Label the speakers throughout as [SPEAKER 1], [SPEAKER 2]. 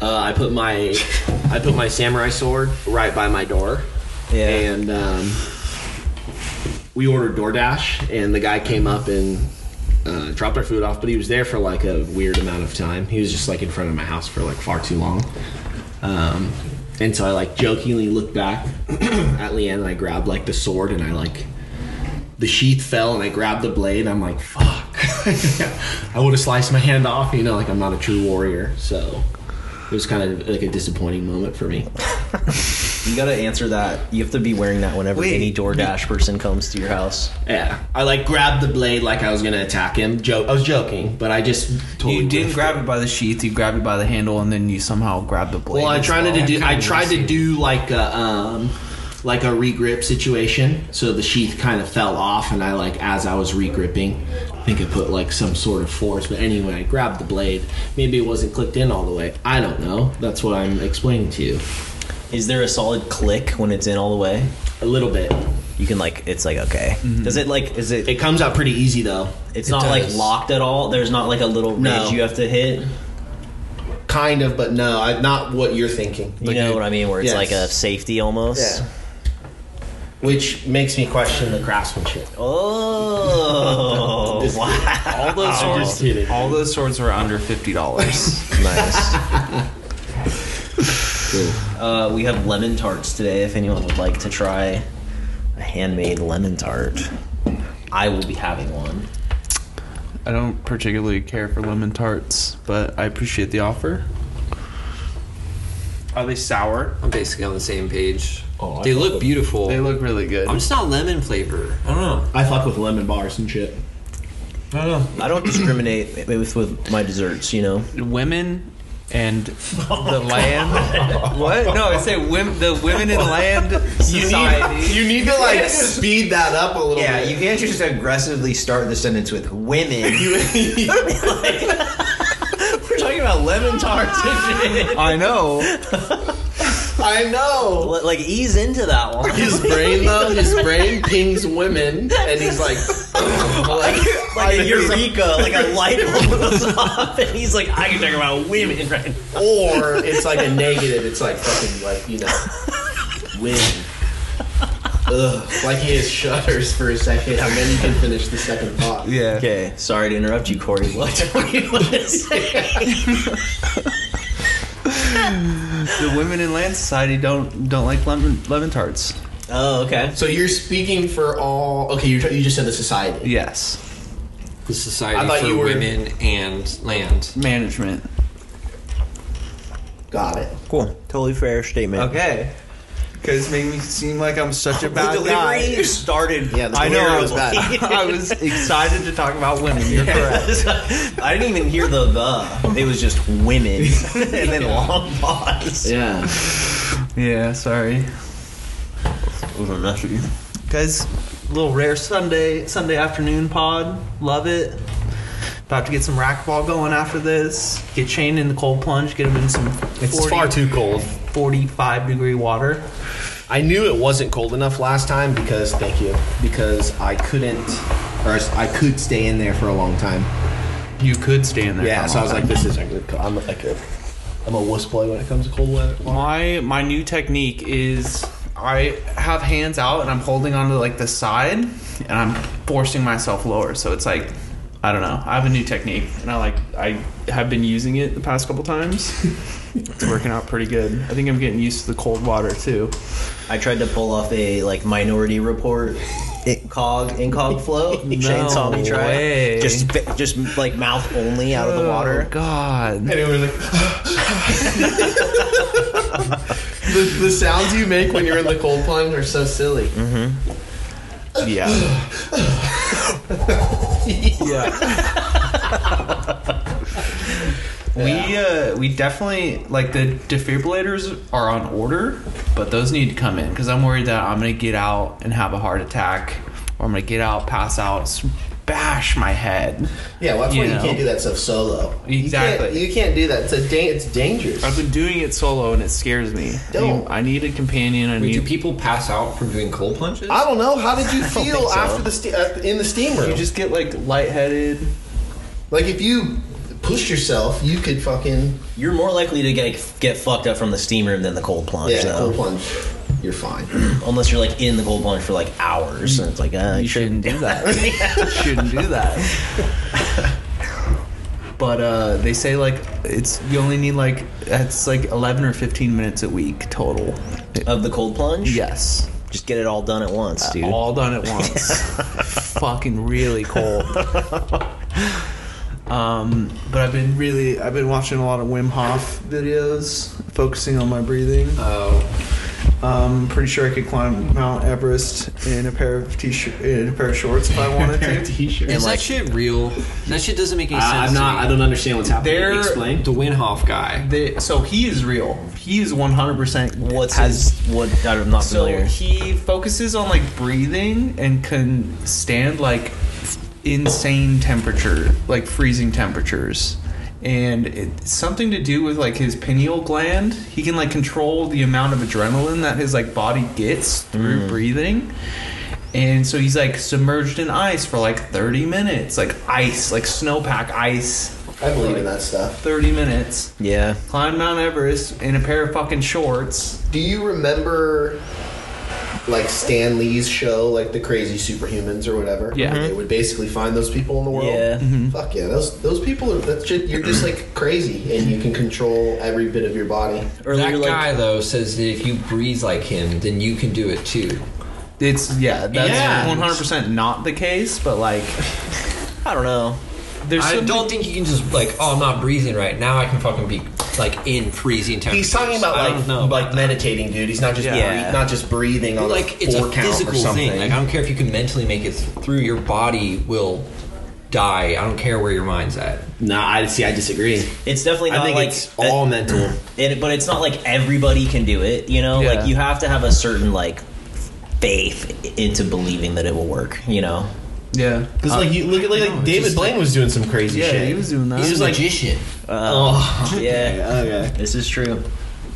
[SPEAKER 1] Uh, I put my I put my samurai sword right by my door.
[SPEAKER 2] Yeah.
[SPEAKER 1] And um, we ordered DoorDash, and the guy came up and uh, dropped our food off. But he was there for like a weird amount of time. He was just like in front of my house for like far too long. Um, and so I like jokingly looked back at Leanne, and I grabbed like the sword, and I like the sheath fell and I grabbed the blade. I'm like, fuck. I would have sliced my hand off, you know, like I'm not a true warrior. So it was kind of like a disappointing moment for me.
[SPEAKER 2] You gotta answer that. You have to be wearing that whenever
[SPEAKER 3] Wait.
[SPEAKER 2] any DoorDash person comes to your house.
[SPEAKER 1] Yeah. I like grabbed the blade like I was going to attack him. Jo- I was joking, but I just totally.
[SPEAKER 3] you didn't
[SPEAKER 1] whiffed
[SPEAKER 3] grab
[SPEAKER 1] it.
[SPEAKER 3] it by the sheath. You grabbed it by the handle, and then you somehow grabbed the blade.
[SPEAKER 1] Well, I
[SPEAKER 3] as
[SPEAKER 1] tried to
[SPEAKER 3] well.
[SPEAKER 1] do. I
[SPEAKER 3] Kinda
[SPEAKER 1] tried to
[SPEAKER 3] risky.
[SPEAKER 1] do like a um, like a regrip situation. So the sheath kind of fell off, and I like as I was regripping, I think I put like some sort of force. But anyway, I grabbed the blade. Maybe it wasn't clicked in all the way. I don't know. That's what I'm explaining to you.
[SPEAKER 2] Is there a solid click when it's in all the way?
[SPEAKER 1] A little bit.
[SPEAKER 2] You can like, it's like okay. Does it like? Is it?
[SPEAKER 1] Mm-hmm. It comes out pretty easy though.
[SPEAKER 2] it's
[SPEAKER 1] It
[SPEAKER 2] not like
[SPEAKER 1] does.
[SPEAKER 2] locked at all. There's not like a little ridge
[SPEAKER 1] No.
[SPEAKER 2] you have to hit.
[SPEAKER 1] Kind of, but no, I, not what you're thinking.
[SPEAKER 2] You know what I mean? Where it's
[SPEAKER 1] Yes.
[SPEAKER 2] like a safety almost.
[SPEAKER 1] Yeah. Which makes me question the craftsmanship.
[SPEAKER 2] Oh
[SPEAKER 1] Just-
[SPEAKER 2] wow!
[SPEAKER 3] All those
[SPEAKER 1] I'm
[SPEAKER 3] swords.
[SPEAKER 1] just kidding.
[SPEAKER 3] All those swords were under fifty dollars.
[SPEAKER 2] nice. Uh, we have lemon tarts today. If anyone would like to try a handmade lemon tart, I will be having one.
[SPEAKER 3] I don't particularly care for lemon tarts, but I appreciate the offer. Are they sour?
[SPEAKER 4] I'm basically on the same page.
[SPEAKER 1] Oh, I
[SPEAKER 4] they
[SPEAKER 1] thought
[SPEAKER 4] look
[SPEAKER 1] that-
[SPEAKER 4] beautiful.
[SPEAKER 3] They look really good.
[SPEAKER 4] I'm just not lemon flavor. I don't know.
[SPEAKER 1] I fuck with lemon bars and shit.
[SPEAKER 3] I don't know.
[SPEAKER 2] I don't discriminate with, with my desserts, you know.
[SPEAKER 3] women and the land. What? No, I say women. The women and land society.
[SPEAKER 1] You need to like speed that up a little
[SPEAKER 5] Yeah,
[SPEAKER 1] bit.
[SPEAKER 5] you can't just aggressively start the sentence with women.
[SPEAKER 2] We're talking about lemon tarts and shit.
[SPEAKER 3] I know.
[SPEAKER 1] I know.
[SPEAKER 2] Like ease into that one.
[SPEAKER 1] His brain though, his brain pings women, and he's like,
[SPEAKER 2] like, like a eureka, like a light bulb goes off, and he's like, I can talk about women right now.
[SPEAKER 1] or it's like a negative. It's like fucking like you know, women. Ugh, like he has shudders for a second, and then you can finish the second thought.
[SPEAKER 3] Yeah.
[SPEAKER 2] Okay, sorry to interrupt you, Corey. What do you want to say?
[SPEAKER 3] The women and land society don't don't like lemon lemon tarts.
[SPEAKER 2] Oh, okay.
[SPEAKER 1] So you're speaking for all. Okay, you you just said the society.
[SPEAKER 3] Yes.
[SPEAKER 4] The society
[SPEAKER 1] I thought
[SPEAKER 4] for
[SPEAKER 1] you were-
[SPEAKER 4] women and land.
[SPEAKER 3] Management.
[SPEAKER 1] Got it.
[SPEAKER 2] Cool. Totally fair statement.
[SPEAKER 3] Okay. Because make me seem like I'm such a
[SPEAKER 2] The
[SPEAKER 3] bad guy.
[SPEAKER 2] delivery started.
[SPEAKER 1] Yeah, the
[SPEAKER 3] I know
[SPEAKER 1] Where
[SPEAKER 3] I
[SPEAKER 1] it
[SPEAKER 3] was
[SPEAKER 1] was bad.
[SPEAKER 3] I was excited to talk about women. You're correct.
[SPEAKER 2] I didn't even hear the the. It was just women, and then long pause.
[SPEAKER 1] Yeah.
[SPEAKER 3] Yeah, sorry. Guys, little rare Sunday Sunday afternoon pod. Love it. About to get some racquetball going after this. Get Shane in the cold plunge. Get him in some 40,
[SPEAKER 1] It's far too cold.
[SPEAKER 3] 45 degree water.
[SPEAKER 1] I knew it wasn't cold enough last time because thank you because I couldn't or I could stay in there for a long time.
[SPEAKER 3] You could stay in there.
[SPEAKER 1] Yeah,
[SPEAKER 3] for
[SPEAKER 1] so I was
[SPEAKER 3] long.
[SPEAKER 1] like, this is actually cool. I'm like a I'm a wuss boy when it comes to cold weather.
[SPEAKER 3] my my new technique is I have hands out and I'm holding onto like the side and I'm forcing myself lower. So it's like I don't know. I have a new technique and I like I have been using it the past couple times. it's working out pretty good. I think I'm getting used to the cold water too.
[SPEAKER 2] I tried to pull off a like Minority Report. It cog in cog flow. Shane saw me try.
[SPEAKER 3] way.
[SPEAKER 2] Just just like mouth only out of the water.
[SPEAKER 3] Oh, God.
[SPEAKER 1] And it was like the, the sounds you make when you're in the cold plunge are so silly.
[SPEAKER 3] Yeah.
[SPEAKER 1] Yeah.
[SPEAKER 3] We uh, we definitely like the defibrillators are on order, but those need to come in because I'm worried that I'm gonna get out and have a heart attack, or I'm gonna get out, pass out, s- bash my head.
[SPEAKER 1] Yeah, well, that's why
[SPEAKER 3] You
[SPEAKER 1] you
[SPEAKER 3] know.
[SPEAKER 1] can't do that stuff solo. You can't- You can't,
[SPEAKER 3] Exactly.
[SPEAKER 1] do that. It's a da- it's dangerous.
[SPEAKER 3] I've been doing it solo and it scares me. I need,
[SPEAKER 1] Don't.
[SPEAKER 3] I need a companion. I
[SPEAKER 4] Wait, do
[SPEAKER 3] need.
[SPEAKER 4] people pass out from doing cold plunges?
[SPEAKER 1] I don't know. How did you feel
[SPEAKER 2] think so.
[SPEAKER 1] after the ste- uh, in the steamer?
[SPEAKER 3] you just get like lightheaded.
[SPEAKER 1] Like if you pu- push yourself, you could fucking
[SPEAKER 2] You're more likely to get get fucked up from the steam room than the cold plunge,
[SPEAKER 1] yeah,
[SPEAKER 2] though.
[SPEAKER 1] cold plunge. You're fine.
[SPEAKER 2] Unless you're like in the cold plunge for like hours, and it's like, uh,
[SPEAKER 3] You shouldn't do that. You shouldn't do that. But uh, they say like it's you only need like it's like eleven or fifteen minutes a week total.
[SPEAKER 2] of the cold plunge.
[SPEAKER 3] Yes,
[SPEAKER 2] just get it Uh, all done at once, dude.
[SPEAKER 3] all done at once. Fucking really cold. um, but I've been really I've been watching a lot of Wim Hof videos, focusing on my breathing.
[SPEAKER 4] Oh,
[SPEAKER 3] Um, pretty sure I could climb Mount Everest in a pair of t-shirt in a pair of shorts if I wanted to.
[SPEAKER 6] T-shirt.
[SPEAKER 4] is that shit real? That shit doesn't
[SPEAKER 1] Uh,
[SPEAKER 4] make any sense.
[SPEAKER 6] I'm not. I don't understand what's happening.
[SPEAKER 3] They're-
[SPEAKER 6] Explain.
[SPEAKER 4] The Winhoff guy.
[SPEAKER 3] They, so he is real. He is 100%
[SPEAKER 2] What's
[SPEAKER 3] has-
[SPEAKER 2] his, what? I'm not
[SPEAKER 3] So
[SPEAKER 2] familiar.
[SPEAKER 3] he focuses on like breathing and can stand like insane temperature, like freezing temperatures. And it's something to do with like his pineal gland. He can like control the amount of adrenaline that his like body gets through breathing. And so he's like submerged in ice for like 30 minutes, like ice, like snowpack ice,
[SPEAKER 1] I believe in that stuff.
[SPEAKER 3] 30 minutes.
[SPEAKER 2] yeah,
[SPEAKER 3] Climbed Mount Everest in a pair of fucking shorts.
[SPEAKER 1] Do you remember like Stan Lee's show, like the crazy superhumans or whatever?
[SPEAKER 3] Yeah.
[SPEAKER 1] They would basically find those people in the world.
[SPEAKER 2] yeah.
[SPEAKER 4] Mm-hmm.
[SPEAKER 1] Fuck yeah, those those people are that's just you're just like crazy and you can control every bit of your body.
[SPEAKER 2] Earlier,
[SPEAKER 4] that
[SPEAKER 2] like,
[SPEAKER 4] guy though says that if you breathe like him, then you can do it too.
[SPEAKER 3] It's yeah,
[SPEAKER 4] Yeah.
[SPEAKER 3] that's one hundred percent not the case, but like
[SPEAKER 2] I don't know.
[SPEAKER 3] there's
[SPEAKER 4] I
[SPEAKER 3] some
[SPEAKER 4] don't think you can just like, oh, I'm not breathing right now. I can fucking be like in freezing temperatures.
[SPEAKER 1] He's talking about
[SPEAKER 4] I
[SPEAKER 1] like
[SPEAKER 4] don't know.
[SPEAKER 1] like meditating, dude. He's not just
[SPEAKER 2] Yeah.
[SPEAKER 1] breath- not just breathing on
[SPEAKER 4] like
[SPEAKER 1] a
[SPEAKER 4] it's
[SPEAKER 1] four
[SPEAKER 4] a
[SPEAKER 1] count or
[SPEAKER 4] physical
[SPEAKER 1] something.
[SPEAKER 4] thing. Like I don't care if you can mentally make it through. Your body will die. I don't care where your mind's at.
[SPEAKER 6] No, I see. I disagree.
[SPEAKER 2] It's definitely not
[SPEAKER 6] I think
[SPEAKER 2] like
[SPEAKER 6] it's all mental.
[SPEAKER 2] it, but it's not like everybody can do it. You know,
[SPEAKER 3] Yeah.
[SPEAKER 2] like you have to have a certain like faith i- into believing that it will work. You know,
[SPEAKER 3] yeah.
[SPEAKER 6] Because like you look at like, like David Blaine was doing some crazy
[SPEAKER 3] Yeah,
[SPEAKER 6] shit.
[SPEAKER 3] he was doing that.
[SPEAKER 6] He's
[SPEAKER 4] He's
[SPEAKER 6] just
[SPEAKER 4] a
[SPEAKER 6] like,
[SPEAKER 4] magician.
[SPEAKER 6] oh,
[SPEAKER 2] yeah,
[SPEAKER 6] okay.
[SPEAKER 2] this is true.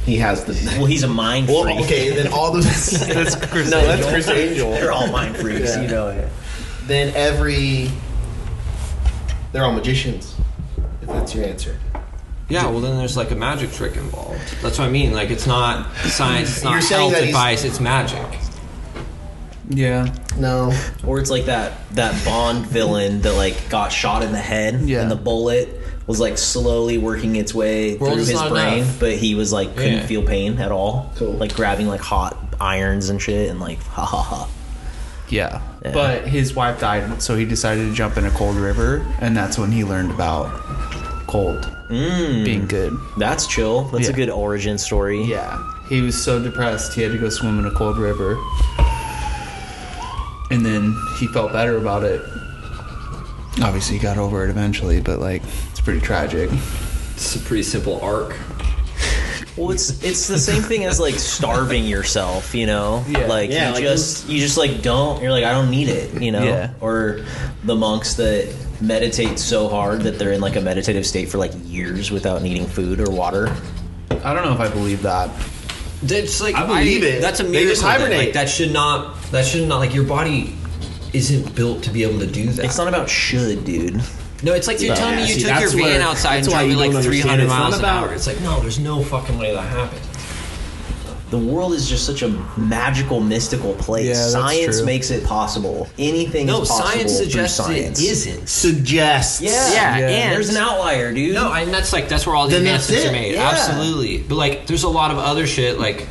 [SPEAKER 1] He has the
[SPEAKER 2] Well, he's a mind
[SPEAKER 1] well,
[SPEAKER 2] freak.
[SPEAKER 1] okay. Then all those
[SPEAKER 3] That's Chris
[SPEAKER 1] no, that's
[SPEAKER 3] Angel.
[SPEAKER 1] Chris Angel.
[SPEAKER 2] They're all mind freaks.
[SPEAKER 1] Yeah.
[SPEAKER 2] You know it.
[SPEAKER 1] Then every they're all magicians. If that's your answer,
[SPEAKER 4] Yeah, well then there's like a magic trick involved. That's what I mean. Like it's not science, it's
[SPEAKER 1] You're
[SPEAKER 4] not
[SPEAKER 1] saying
[SPEAKER 4] health
[SPEAKER 1] that he's-
[SPEAKER 4] advice, it's magic.
[SPEAKER 3] Yeah.
[SPEAKER 1] no.
[SPEAKER 2] Or it's like that that Bond villain that like got shot in the head
[SPEAKER 3] Yeah.
[SPEAKER 2] and the bullet was like slowly working its way
[SPEAKER 4] World
[SPEAKER 2] through
[SPEAKER 4] is
[SPEAKER 2] his
[SPEAKER 4] not
[SPEAKER 2] brain,
[SPEAKER 4] enough.
[SPEAKER 2] but he was like couldn't
[SPEAKER 4] Yeah.
[SPEAKER 2] feel pain at all.
[SPEAKER 1] Cool.
[SPEAKER 2] Like grabbing like hot irons and shit and like ha ha ha.
[SPEAKER 3] yeah,
[SPEAKER 2] Yeah.
[SPEAKER 3] But his wife died, so he decided to jump in a cold river, and that's when he learned about cold being good.
[SPEAKER 2] That's chill. That's a
[SPEAKER 3] Yeah.
[SPEAKER 2] good origin story.
[SPEAKER 3] Yeah, he was so depressed he had to go swim in a cold river, and then he felt better about it. Obviously, he got over it eventually, but like it's pretty tragic.
[SPEAKER 4] It's a pretty simple arc.
[SPEAKER 2] Well, it's it's the same thing as like starving yourself, you know.
[SPEAKER 3] Yeah.
[SPEAKER 2] Like
[SPEAKER 6] Yeah,
[SPEAKER 2] you
[SPEAKER 6] like
[SPEAKER 2] just you just like don't. You're like I don't need it, you know.
[SPEAKER 3] Yeah.
[SPEAKER 2] Or the monks that meditate so hard that they're in like a meditative state for like years without needing food or water.
[SPEAKER 3] I don't know if I believe that.
[SPEAKER 4] That's like
[SPEAKER 6] I believe it.
[SPEAKER 4] That's a
[SPEAKER 6] They
[SPEAKER 4] miracle.
[SPEAKER 6] just
[SPEAKER 4] then.
[SPEAKER 6] hibernate.
[SPEAKER 4] Like that should not. That should not. Like your body isn't built to be able to do that.
[SPEAKER 2] It's not about should, dude.
[SPEAKER 4] no, it's like you're
[SPEAKER 6] Yeah,
[SPEAKER 4] telling me you
[SPEAKER 6] see,
[SPEAKER 4] took your
[SPEAKER 6] that's
[SPEAKER 4] van
[SPEAKER 6] where-
[SPEAKER 4] outside and
[SPEAKER 6] that's why
[SPEAKER 4] drove
[SPEAKER 6] you
[SPEAKER 4] it like
[SPEAKER 6] don't understand.
[SPEAKER 4] 300
[SPEAKER 6] It's not
[SPEAKER 4] miles
[SPEAKER 6] about-
[SPEAKER 4] an hour. It's like no, there's no fucking way that happened.
[SPEAKER 2] The world is just such a magical, mystical place.
[SPEAKER 3] Yeah, that's
[SPEAKER 2] science
[SPEAKER 3] true.
[SPEAKER 2] makes it possible. Anything
[SPEAKER 4] No,
[SPEAKER 2] is possible
[SPEAKER 4] science
[SPEAKER 2] through
[SPEAKER 4] suggests
[SPEAKER 2] science.
[SPEAKER 4] it isn't.
[SPEAKER 6] Suggests.
[SPEAKER 2] Yeah,
[SPEAKER 4] Yeah,
[SPEAKER 3] Yeah.
[SPEAKER 4] and-
[SPEAKER 2] there's an outlier, dude.
[SPEAKER 4] No, and that's like that's where all the
[SPEAKER 6] Then that's
[SPEAKER 4] advancements are
[SPEAKER 6] it,
[SPEAKER 4] made.
[SPEAKER 2] yeah.
[SPEAKER 4] Absolutely, but like there's a lot of other shit. Like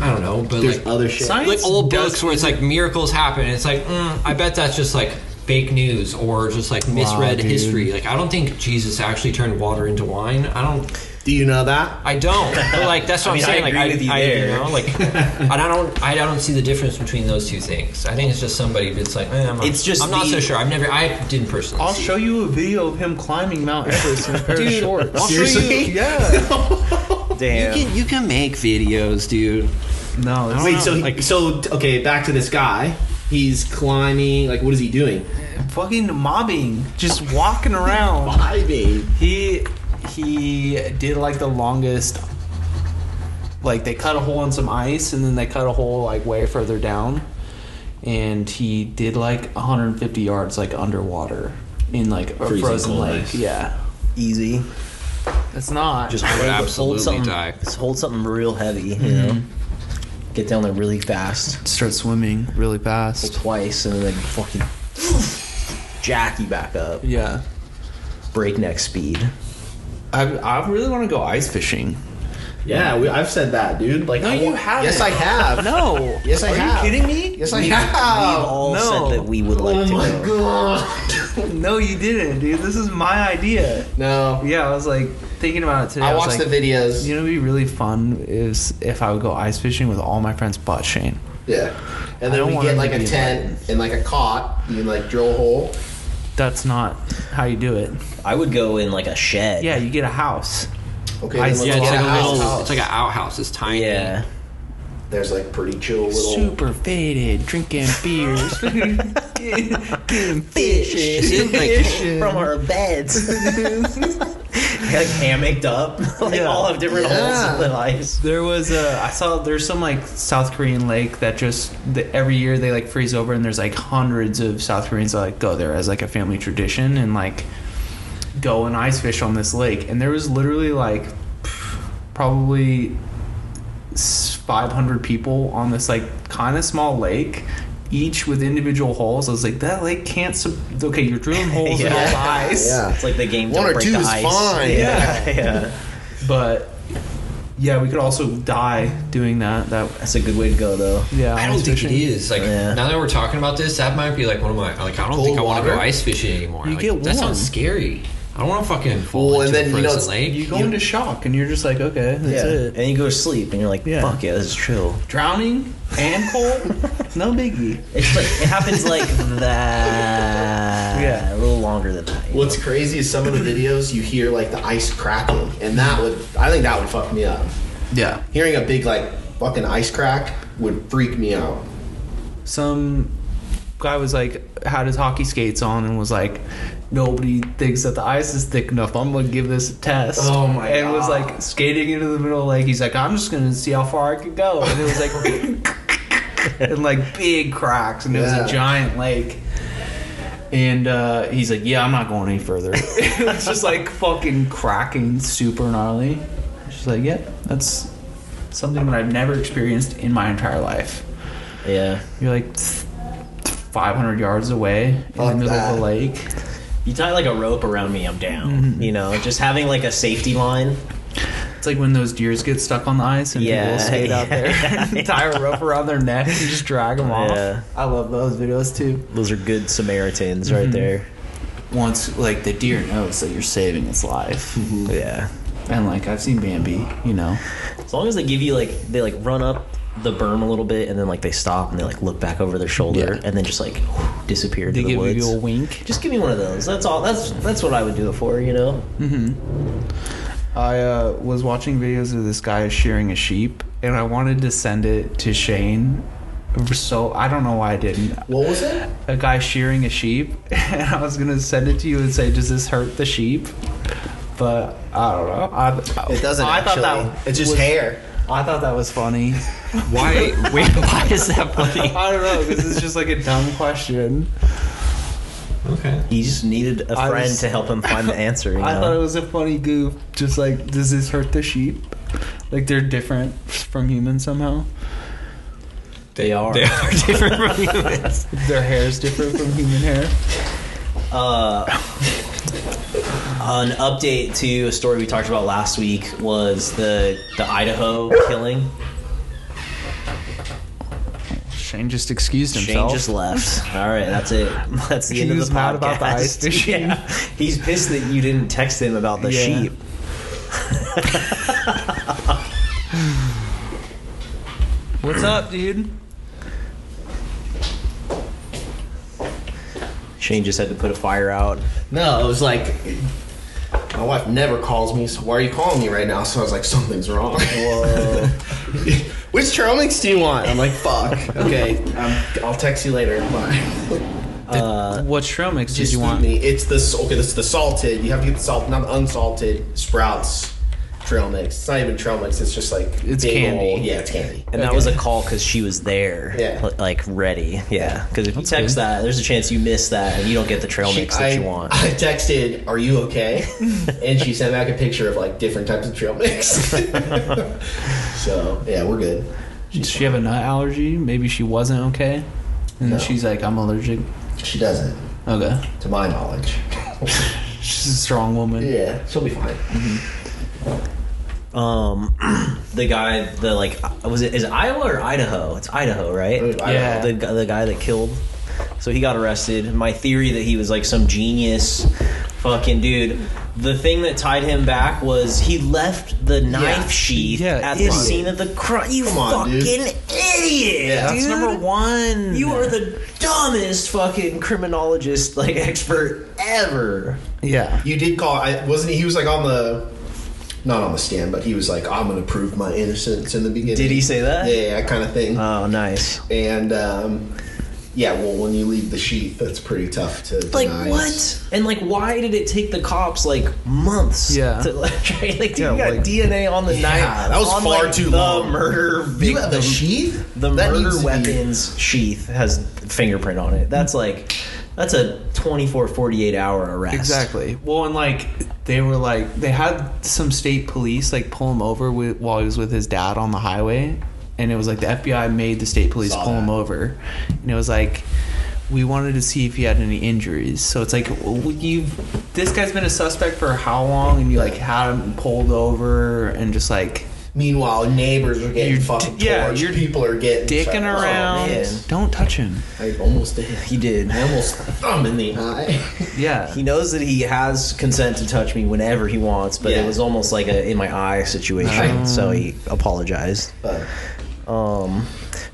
[SPEAKER 4] I don't know, but
[SPEAKER 6] There's
[SPEAKER 4] like
[SPEAKER 6] other shit.
[SPEAKER 3] Science-
[SPEAKER 4] like old
[SPEAKER 3] does-
[SPEAKER 4] books where it's like miracles happen. It's like mm, I bet that's just like fake news or just like misread
[SPEAKER 3] dude.
[SPEAKER 4] history. Like I don't think Jesus actually turned water into wine. I don't.
[SPEAKER 6] Do you know that?
[SPEAKER 4] I don't. But like that's
[SPEAKER 2] I
[SPEAKER 4] what I
[SPEAKER 2] mean,
[SPEAKER 4] am saying.
[SPEAKER 2] I agree
[SPEAKER 4] like
[SPEAKER 2] with you
[SPEAKER 4] I,
[SPEAKER 2] there.
[SPEAKER 4] know, like and I don't. I don't see the difference between those two things. I think it's just somebody that's like. eh, I'm not,
[SPEAKER 2] It's just
[SPEAKER 4] I'm not
[SPEAKER 2] the-
[SPEAKER 4] so sure. I've never. I didn't personally.
[SPEAKER 3] I'll
[SPEAKER 4] see
[SPEAKER 3] show you a video of him climbing Mount Everest in a pair of shorts.
[SPEAKER 4] I'll show you-
[SPEAKER 6] Seriously?
[SPEAKER 3] yeah.
[SPEAKER 2] Damn.
[SPEAKER 4] You can, you can make videos, dude.
[SPEAKER 3] No. It's,
[SPEAKER 6] Wait, so he, so okay, back to this guy. He's climbing. Like, what is he doing?
[SPEAKER 3] fucking mobbing, just walking around.
[SPEAKER 6] Climbing.
[SPEAKER 3] he he did like the longest. Like they cut a hole in some ice, and then they cut a hole like way further down, and he did like 150 yards like underwater in like a
[SPEAKER 6] Freezing
[SPEAKER 3] frozen
[SPEAKER 6] cold
[SPEAKER 3] lake.
[SPEAKER 6] ice.
[SPEAKER 3] Yeah.
[SPEAKER 2] easy.
[SPEAKER 7] It's not.
[SPEAKER 2] Just
[SPEAKER 8] I would
[SPEAKER 2] hold,
[SPEAKER 8] absolutely
[SPEAKER 2] hold something,
[SPEAKER 8] die.
[SPEAKER 2] just hold something real heavy, you
[SPEAKER 1] Mm-hmm.
[SPEAKER 2] know. Get down there really fast,
[SPEAKER 7] start swimming really
[SPEAKER 2] hold
[SPEAKER 7] fast.
[SPEAKER 2] twice, and then fucking jack you back up,
[SPEAKER 7] Yeah.
[SPEAKER 2] breakneck speed.
[SPEAKER 7] I, I really want to go ice fishing.
[SPEAKER 3] Yeah, we, I've said that, dude. Like,
[SPEAKER 7] No,
[SPEAKER 3] I
[SPEAKER 7] you
[SPEAKER 3] want-
[SPEAKER 7] haven't.
[SPEAKER 3] Yes, I have.
[SPEAKER 7] No.
[SPEAKER 3] Yes, I
[SPEAKER 7] Are
[SPEAKER 3] have.
[SPEAKER 7] you kidding me?
[SPEAKER 3] Yes, I
[SPEAKER 2] We've- We've
[SPEAKER 3] have.
[SPEAKER 2] all
[SPEAKER 7] no.
[SPEAKER 2] said that we would like
[SPEAKER 3] Oh
[SPEAKER 2] to
[SPEAKER 3] my
[SPEAKER 2] go.
[SPEAKER 3] god.
[SPEAKER 7] No, you didn't, dude. This is my idea.
[SPEAKER 3] No,
[SPEAKER 7] Yeah, I was like thinking about it today.
[SPEAKER 3] I
[SPEAKER 7] was
[SPEAKER 3] watched
[SPEAKER 7] like,
[SPEAKER 3] the videos.
[SPEAKER 7] You know, what'd be really fun is if I would go ice fishing with all my friends but Shane.
[SPEAKER 3] Yeah. And
[SPEAKER 7] I
[SPEAKER 3] then
[SPEAKER 7] don't
[SPEAKER 3] we
[SPEAKER 7] want
[SPEAKER 3] get
[SPEAKER 7] him
[SPEAKER 3] like
[SPEAKER 7] to
[SPEAKER 3] a
[SPEAKER 7] be
[SPEAKER 3] tent and like a cot. You like drill a hole.
[SPEAKER 7] That's not how you do it.
[SPEAKER 2] I would go in like a shed.
[SPEAKER 7] Yeah, you get a house.
[SPEAKER 3] Okay.
[SPEAKER 7] I
[SPEAKER 3] then let's
[SPEAKER 7] see.
[SPEAKER 8] Yeah, it's like
[SPEAKER 3] all
[SPEAKER 7] It's
[SPEAKER 8] a
[SPEAKER 3] get a house.
[SPEAKER 8] little, it's like an outhouse. It's tiny.
[SPEAKER 2] Yeah.
[SPEAKER 3] There's like pretty chill little.
[SPEAKER 7] Super faded, drinking beers, getting
[SPEAKER 2] Fishes
[SPEAKER 8] Is it like
[SPEAKER 2] from our beds. like hammocked up. Like
[SPEAKER 7] Yeah.
[SPEAKER 2] all have different
[SPEAKER 3] Yeah.
[SPEAKER 2] holes in the ice.
[SPEAKER 7] There was a I saw there's some like South Korean lake that just the, every year they like freeze over and there's like hundreds of South Koreans that like go there as like a family tradition and like go and ice fish on this lake and there was literally like probably s- 500 people on this like kind of small lake each with individual holes. I was like that lake can't sub- okay you're drilling holes in all
[SPEAKER 2] Yeah.
[SPEAKER 7] the ice
[SPEAKER 3] Yeah.
[SPEAKER 2] It's like the game.
[SPEAKER 1] One
[SPEAKER 2] Don't
[SPEAKER 1] or
[SPEAKER 2] break
[SPEAKER 1] two
[SPEAKER 2] the
[SPEAKER 1] is
[SPEAKER 2] ice.
[SPEAKER 1] fine.
[SPEAKER 2] Yeah. yeah.
[SPEAKER 7] but yeah we could also die doing that that
[SPEAKER 2] That's a good way to go though.
[SPEAKER 7] yeah
[SPEAKER 8] I don't
[SPEAKER 7] ice
[SPEAKER 8] think
[SPEAKER 7] fishing.
[SPEAKER 8] it is. Like
[SPEAKER 2] Yeah.
[SPEAKER 8] now that we're talking about this, that might be like one of my like. I don't
[SPEAKER 3] Cold
[SPEAKER 8] think I want to
[SPEAKER 3] water?
[SPEAKER 8] go ice fishing anymore.
[SPEAKER 7] You
[SPEAKER 8] Like,
[SPEAKER 7] get
[SPEAKER 8] That
[SPEAKER 7] warm.
[SPEAKER 8] sounds scary. I don't want to fucking fall
[SPEAKER 3] Well, and
[SPEAKER 8] into
[SPEAKER 3] then, you
[SPEAKER 8] a
[SPEAKER 3] know,
[SPEAKER 8] frozen
[SPEAKER 3] it's-
[SPEAKER 8] lake.
[SPEAKER 7] You go into shock and you're just like, okay, that's
[SPEAKER 2] yeah.
[SPEAKER 7] it.
[SPEAKER 2] And you go to sleep and you're like,
[SPEAKER 7] Yeah.
[SPEAKER 2] fuck yeah, this is chill.
[SPEAKER 7] Drowning and cold, no biggie.
[SPEAKER 2] It's like it happens like that.
[SPEAKER 7] Yeah.
[SPEAKER 2] A little longer than that.
[SPEAKER 1] What's crazy is some of the videos you hear like the ice cracking, and that would I think that would fuck me up.
[SPEAKER 7] Yeah.
[SPEAKER 1] Hearing a big like fucking ice crack would freak me out.
[SPEAKER 7] Some guy was like, had his hockey skates on and was like, nobody thinks that the ice is thick enough. I'm gonna give this a test.
[SPEAKER 1] Oh my
[SPEAKER 7] And was
[SPEAKER 1] God.
[SPEAKER 7] like skating into the middle of the lake. He's like, I'm just gonna see how far I can go. And it was like, and like big cracks, and it
[SPEAKER 1] Yeah.
[SPEAKER 7] was a giant lake. And uh, he's like, "Yeah, I'm not going any further." it's just like fucking cracking, super gnarly. She's like, "Yeah, that's something that I've never experienced in my entire life."
[SPEAKER 2] Yeah.
[SPEAKER 7] You're like 500 yards away in the
[SPEAKER 1] Fuck
[SPEAKER 7] middle of
[SPEAKER 1] that.
[SPEAKER 7] the lake.
[SPEAKER 2] You tie like a rope around me, I'm down.
[SPEAKER 7] Mm-hmm.
[SPEAKER 2] You know, just having like a safety line.
[SPEAKER 7] It's like when those deers get stuck on the ice and
[SPEAKER 2] Yeah,
[SPEAKER 7] people skate out there, and tie a rope around their neck and just drag them off.
[SPEAKER 2] Yeah.
[SPEAKER 7] I love those videos too.
[SPEAKER 2] Those are good Samaritans right
[SPEAKER 7] Mm-hmm.
[SPEAKER 2] there.
[SPEAKER 7] Once like the deer knows that you're saving its life,
[SPEAKER 2] Yeah.
[SPEAKER 7] and like I've seen Bambi, you know.
[SPEAKER 2] As long as they give you like they like run up the berm a little bit and then like they stop and they like look back over their shoulder
[SPEAKER 7] Yeah.
[SPEAKER 2] and then just like disappear into
[SPEAKER 7] They
[SPEAKER 2] the
[SPEAKER 7] give
[SPEAKER 2] woods.
[SPEAKER 7] you a wink.
[SPEAKER 2] just give me one of those. That's all. That's that's what I would do it for. You know.
[SPEAKER 7] I uh, was watching videos of this guy shearing a sheep, and I wanted to send it to Shane. So I don't know why I didn't.
[SPEAKER 1] What was it?
[SPEAKER 7] A guy shearing a sheep, and I was gonna send it to you and say, "Does this hurt the sheep?" But I don't know. I,
[SPEAKER 1] It doesn't.
[SPEAKER 7] Oh, I
[SPEAKER 1] actually.
[SPEAKER 7] thought that
[SPEAKER 1] it's just
[SPEAKER 7] was-
[SPEAKER 1] hair.
[SPEAKER 7] I thought that was funny.
[SPEAKER 8] Why? Wait, why is that funny?
[SPEAKER 7] I don't know because it's just like a dumb question.
[SPEAKER 8] Okay.
[SPEAKER 2] He just needed a
[SPEAKER 7] I
[SPEAKER 2] friend
[SPEAKER 7] was-
[SPEAKER 2] to help him find the answer. You
[SPEAKER 7] I
[SPEAKER 2] know?
[SPEAKER 7] thought it was a funny goof. Just like, does this hurt the sheep? Like they're different from humans somehow.
[SPEAKER 2] They are.
[SPEAKER 8] They are different from humans.
[SPEAKER 7] Their hair is different from human hair.
[SPEAKER 2] uh, an update to a story we talked about last week was the the Idaho killing.
[SPEAKER 7] Shane just excused
[SPEAKER 2] Shane
[SPEAKER 7] himself.
[SPEAKER 2] just left. All right, that's it. That's the
[SPEAKER 7] He
[SPEAKER 2] end of
[SPEAKER 7] was
[SPEAKER 2] the podcast.
[SPEAKER 7] mad about the ice fishing.
[SPEAKER 2] Yeah. He's pissed that you didn't text him about the
[SPEAKER 7] Yeah.
[SPEAKER 2] sheep.
[SPEAKER 7] What's up, dude?
[SPEAKER 2] Shane just had to put a fire out.
[SPEAKER 1] No, it was like my wife never calls me. So why are you calling me right now? So I was like, something's wrong.
[SPEAKER 2] Whoa.
[SPEAKER 1] Which trail mix do you want? I'm like, fuck. Okay, um, I'll text you later. Bye.
[SPEAKER 7] what trail mix did
[SPEAKER 1] Just
[SPEAKER 7] you
[SPEAKER 1] eat
[SPEAKER 7] want?
[SPEAKER 1] me. It's the s- okay. This is the salted. You have to get the salt, not the unsalted sprouts. trail mix. It's not even trail mix. It's just like
[SPEAKER 7] It's
[SPEAKER 1] big
[SPEAKER 7] candy.
[SPEAKER 1] Old, yeah, it's candy.
[SPEAKER 2] And that was a call because she was there,
[SPEAKER 1] Yeah.
[SPEAKER 2] li- like ready. Yeah, because if you text that, there's a chance you miss that and you don't get the trail mix that
[SPEAKER 1] I,
[SPEAKER 2] you want.
[SPEAKER 1] I texted, "Are you okay?" and she sent back a picture of like different types of trail mix. so yeah, we're good.
[SPEAKER 7] Does she have a nut allergy? Maybe she wasn't okay. And
[SPEAKER 1] No.
[SPEAKER 7] she's like, I'm allergic.
[SPEAKER 1] She doesn't,
[SPEAKER 7] Okay.
[SPEAKER 1] to my knowledge.
[SPEAKER 7] She's a strong woman.
[SPEAKER 1] yeah, she'll be fine.
[SPEAKER 2] Um, the guy, the like, was it is it Iowa or Idaho? It's Idaho, right?
[SPEAKER 1] I-
[SPEAKER 7] Yeah.
[SPEAKER 2] the, gu- the guy that killed. So he got arrested. My theory that he was like some genius fucking dude. The thing that tied him back was he left the knife sheath
[SPEAKER 7] Yeah,
[SPEAKER 2] at
[SPEAKER 7] idiot.
[SPEAKER 2] the scene of the crime. You
[SPEAKER 1] Come on,
[SPEAKER 2] fucking
[SPEAKER 1] dude.
[SPEAKER 2] idiot,
[SPEAKER 7] That's
[SPEAKER 2] dude.
[SPEAKER 7] number one.
[SPEAKER 2] You are the dumbest fucking criminologist like expert ever.
[SPEAKER 7] Yeah.
[SPEAKER 1] You did call. I wasn't. He was like on the, not on the stand, but he was like, "I'm gonna prove my innocence" in the beginning.
[SPEAKER 2] Did he say that?
[SPEAKER 1] Yeah, that kind of thing.
[SPEAKER 2] Oh, nice.
[SPEAKER 1] and um, yeah, well, when you leave the sheath, that's pretty tough to.
[SPEAKER 2] Like
[SPEAKER 1] deny.
[SPEAKER 2] what? And like, why did it take the cops like months?
[SPEAKER 7] Yeah.
[SPEAKER 2] To, like, try- like, dude,
[SPEAKER 7] Yeah,
[SPEAKER 2] you got
[SPEAKER 7] like-
[SPEAKER 2] DNA on the knife.
[SPEAKER 1] that was
[SPEAKER 2] on,
[SPEAKER 1] far
[SPEAKER 2] like,
[SPEAKER 1] too
[SPEAKER 2] the
[SPEAKER 1] long.
[SPEAKER 2] Murder
[SPEAKER 1] You have
[SPEAKER 2] victim.
[SPEAKER 1] a sheath.
[SPEAKER 2] the
[SPEAKER 1] That needs
[SPEAKER 2] murder
[SPEAKER 1] to be-
[SPEAKER 2] weapons sheath has fingerprint on it. That's like, that's a 24, 48 hour arrest.
[SPEAKER 7] Exactly. Well, and like they were like they had some state police like pull him over with, while he was with his dad on the highway, and it was like the FBI made the state police
[SPEAKER 1] Saw
[SPEAKER 7] pull him
[SPEAKER 1] that.
[SPEAKER 7] over, and it was like we wanted to see if he had any injuries. So it's like well, you this guy's been a suspect for how long, and you like had him pulled over and just like
[SPEAKER 1] Meanwhile, neighbors are getting
[SPEAKER 7] You're
[SPEAKER 1] fucking
[SPEAKER 7] d- yeah,
[SPEAKER 1] torched.
[SPEAKER 7] you're
[SPEAKER 1] people are getting
[SPEAKER 7] dicking
[SPEAKER 1] Oh,
[SPEAKER 7] around.
[SPEAKER 1] man.
[SPEAKER 7] Don't touch him.
[SPEAKER 1] I almost did.
[SPEAKER 2] He did.
[SPEAKER 1] I almost thumb in the eye.
[SPEAKER 7] Yeah.
[SPEAKER 2] He knows that he has consent to touch me whenever he wants, but
[SPEAKER 1] Yeah. Uh-huh.
[SPEAKER 2] it was almost like a in my eye situation. So he apologized.
[SPEAKER 1] But
[SPEAKER 2] Um,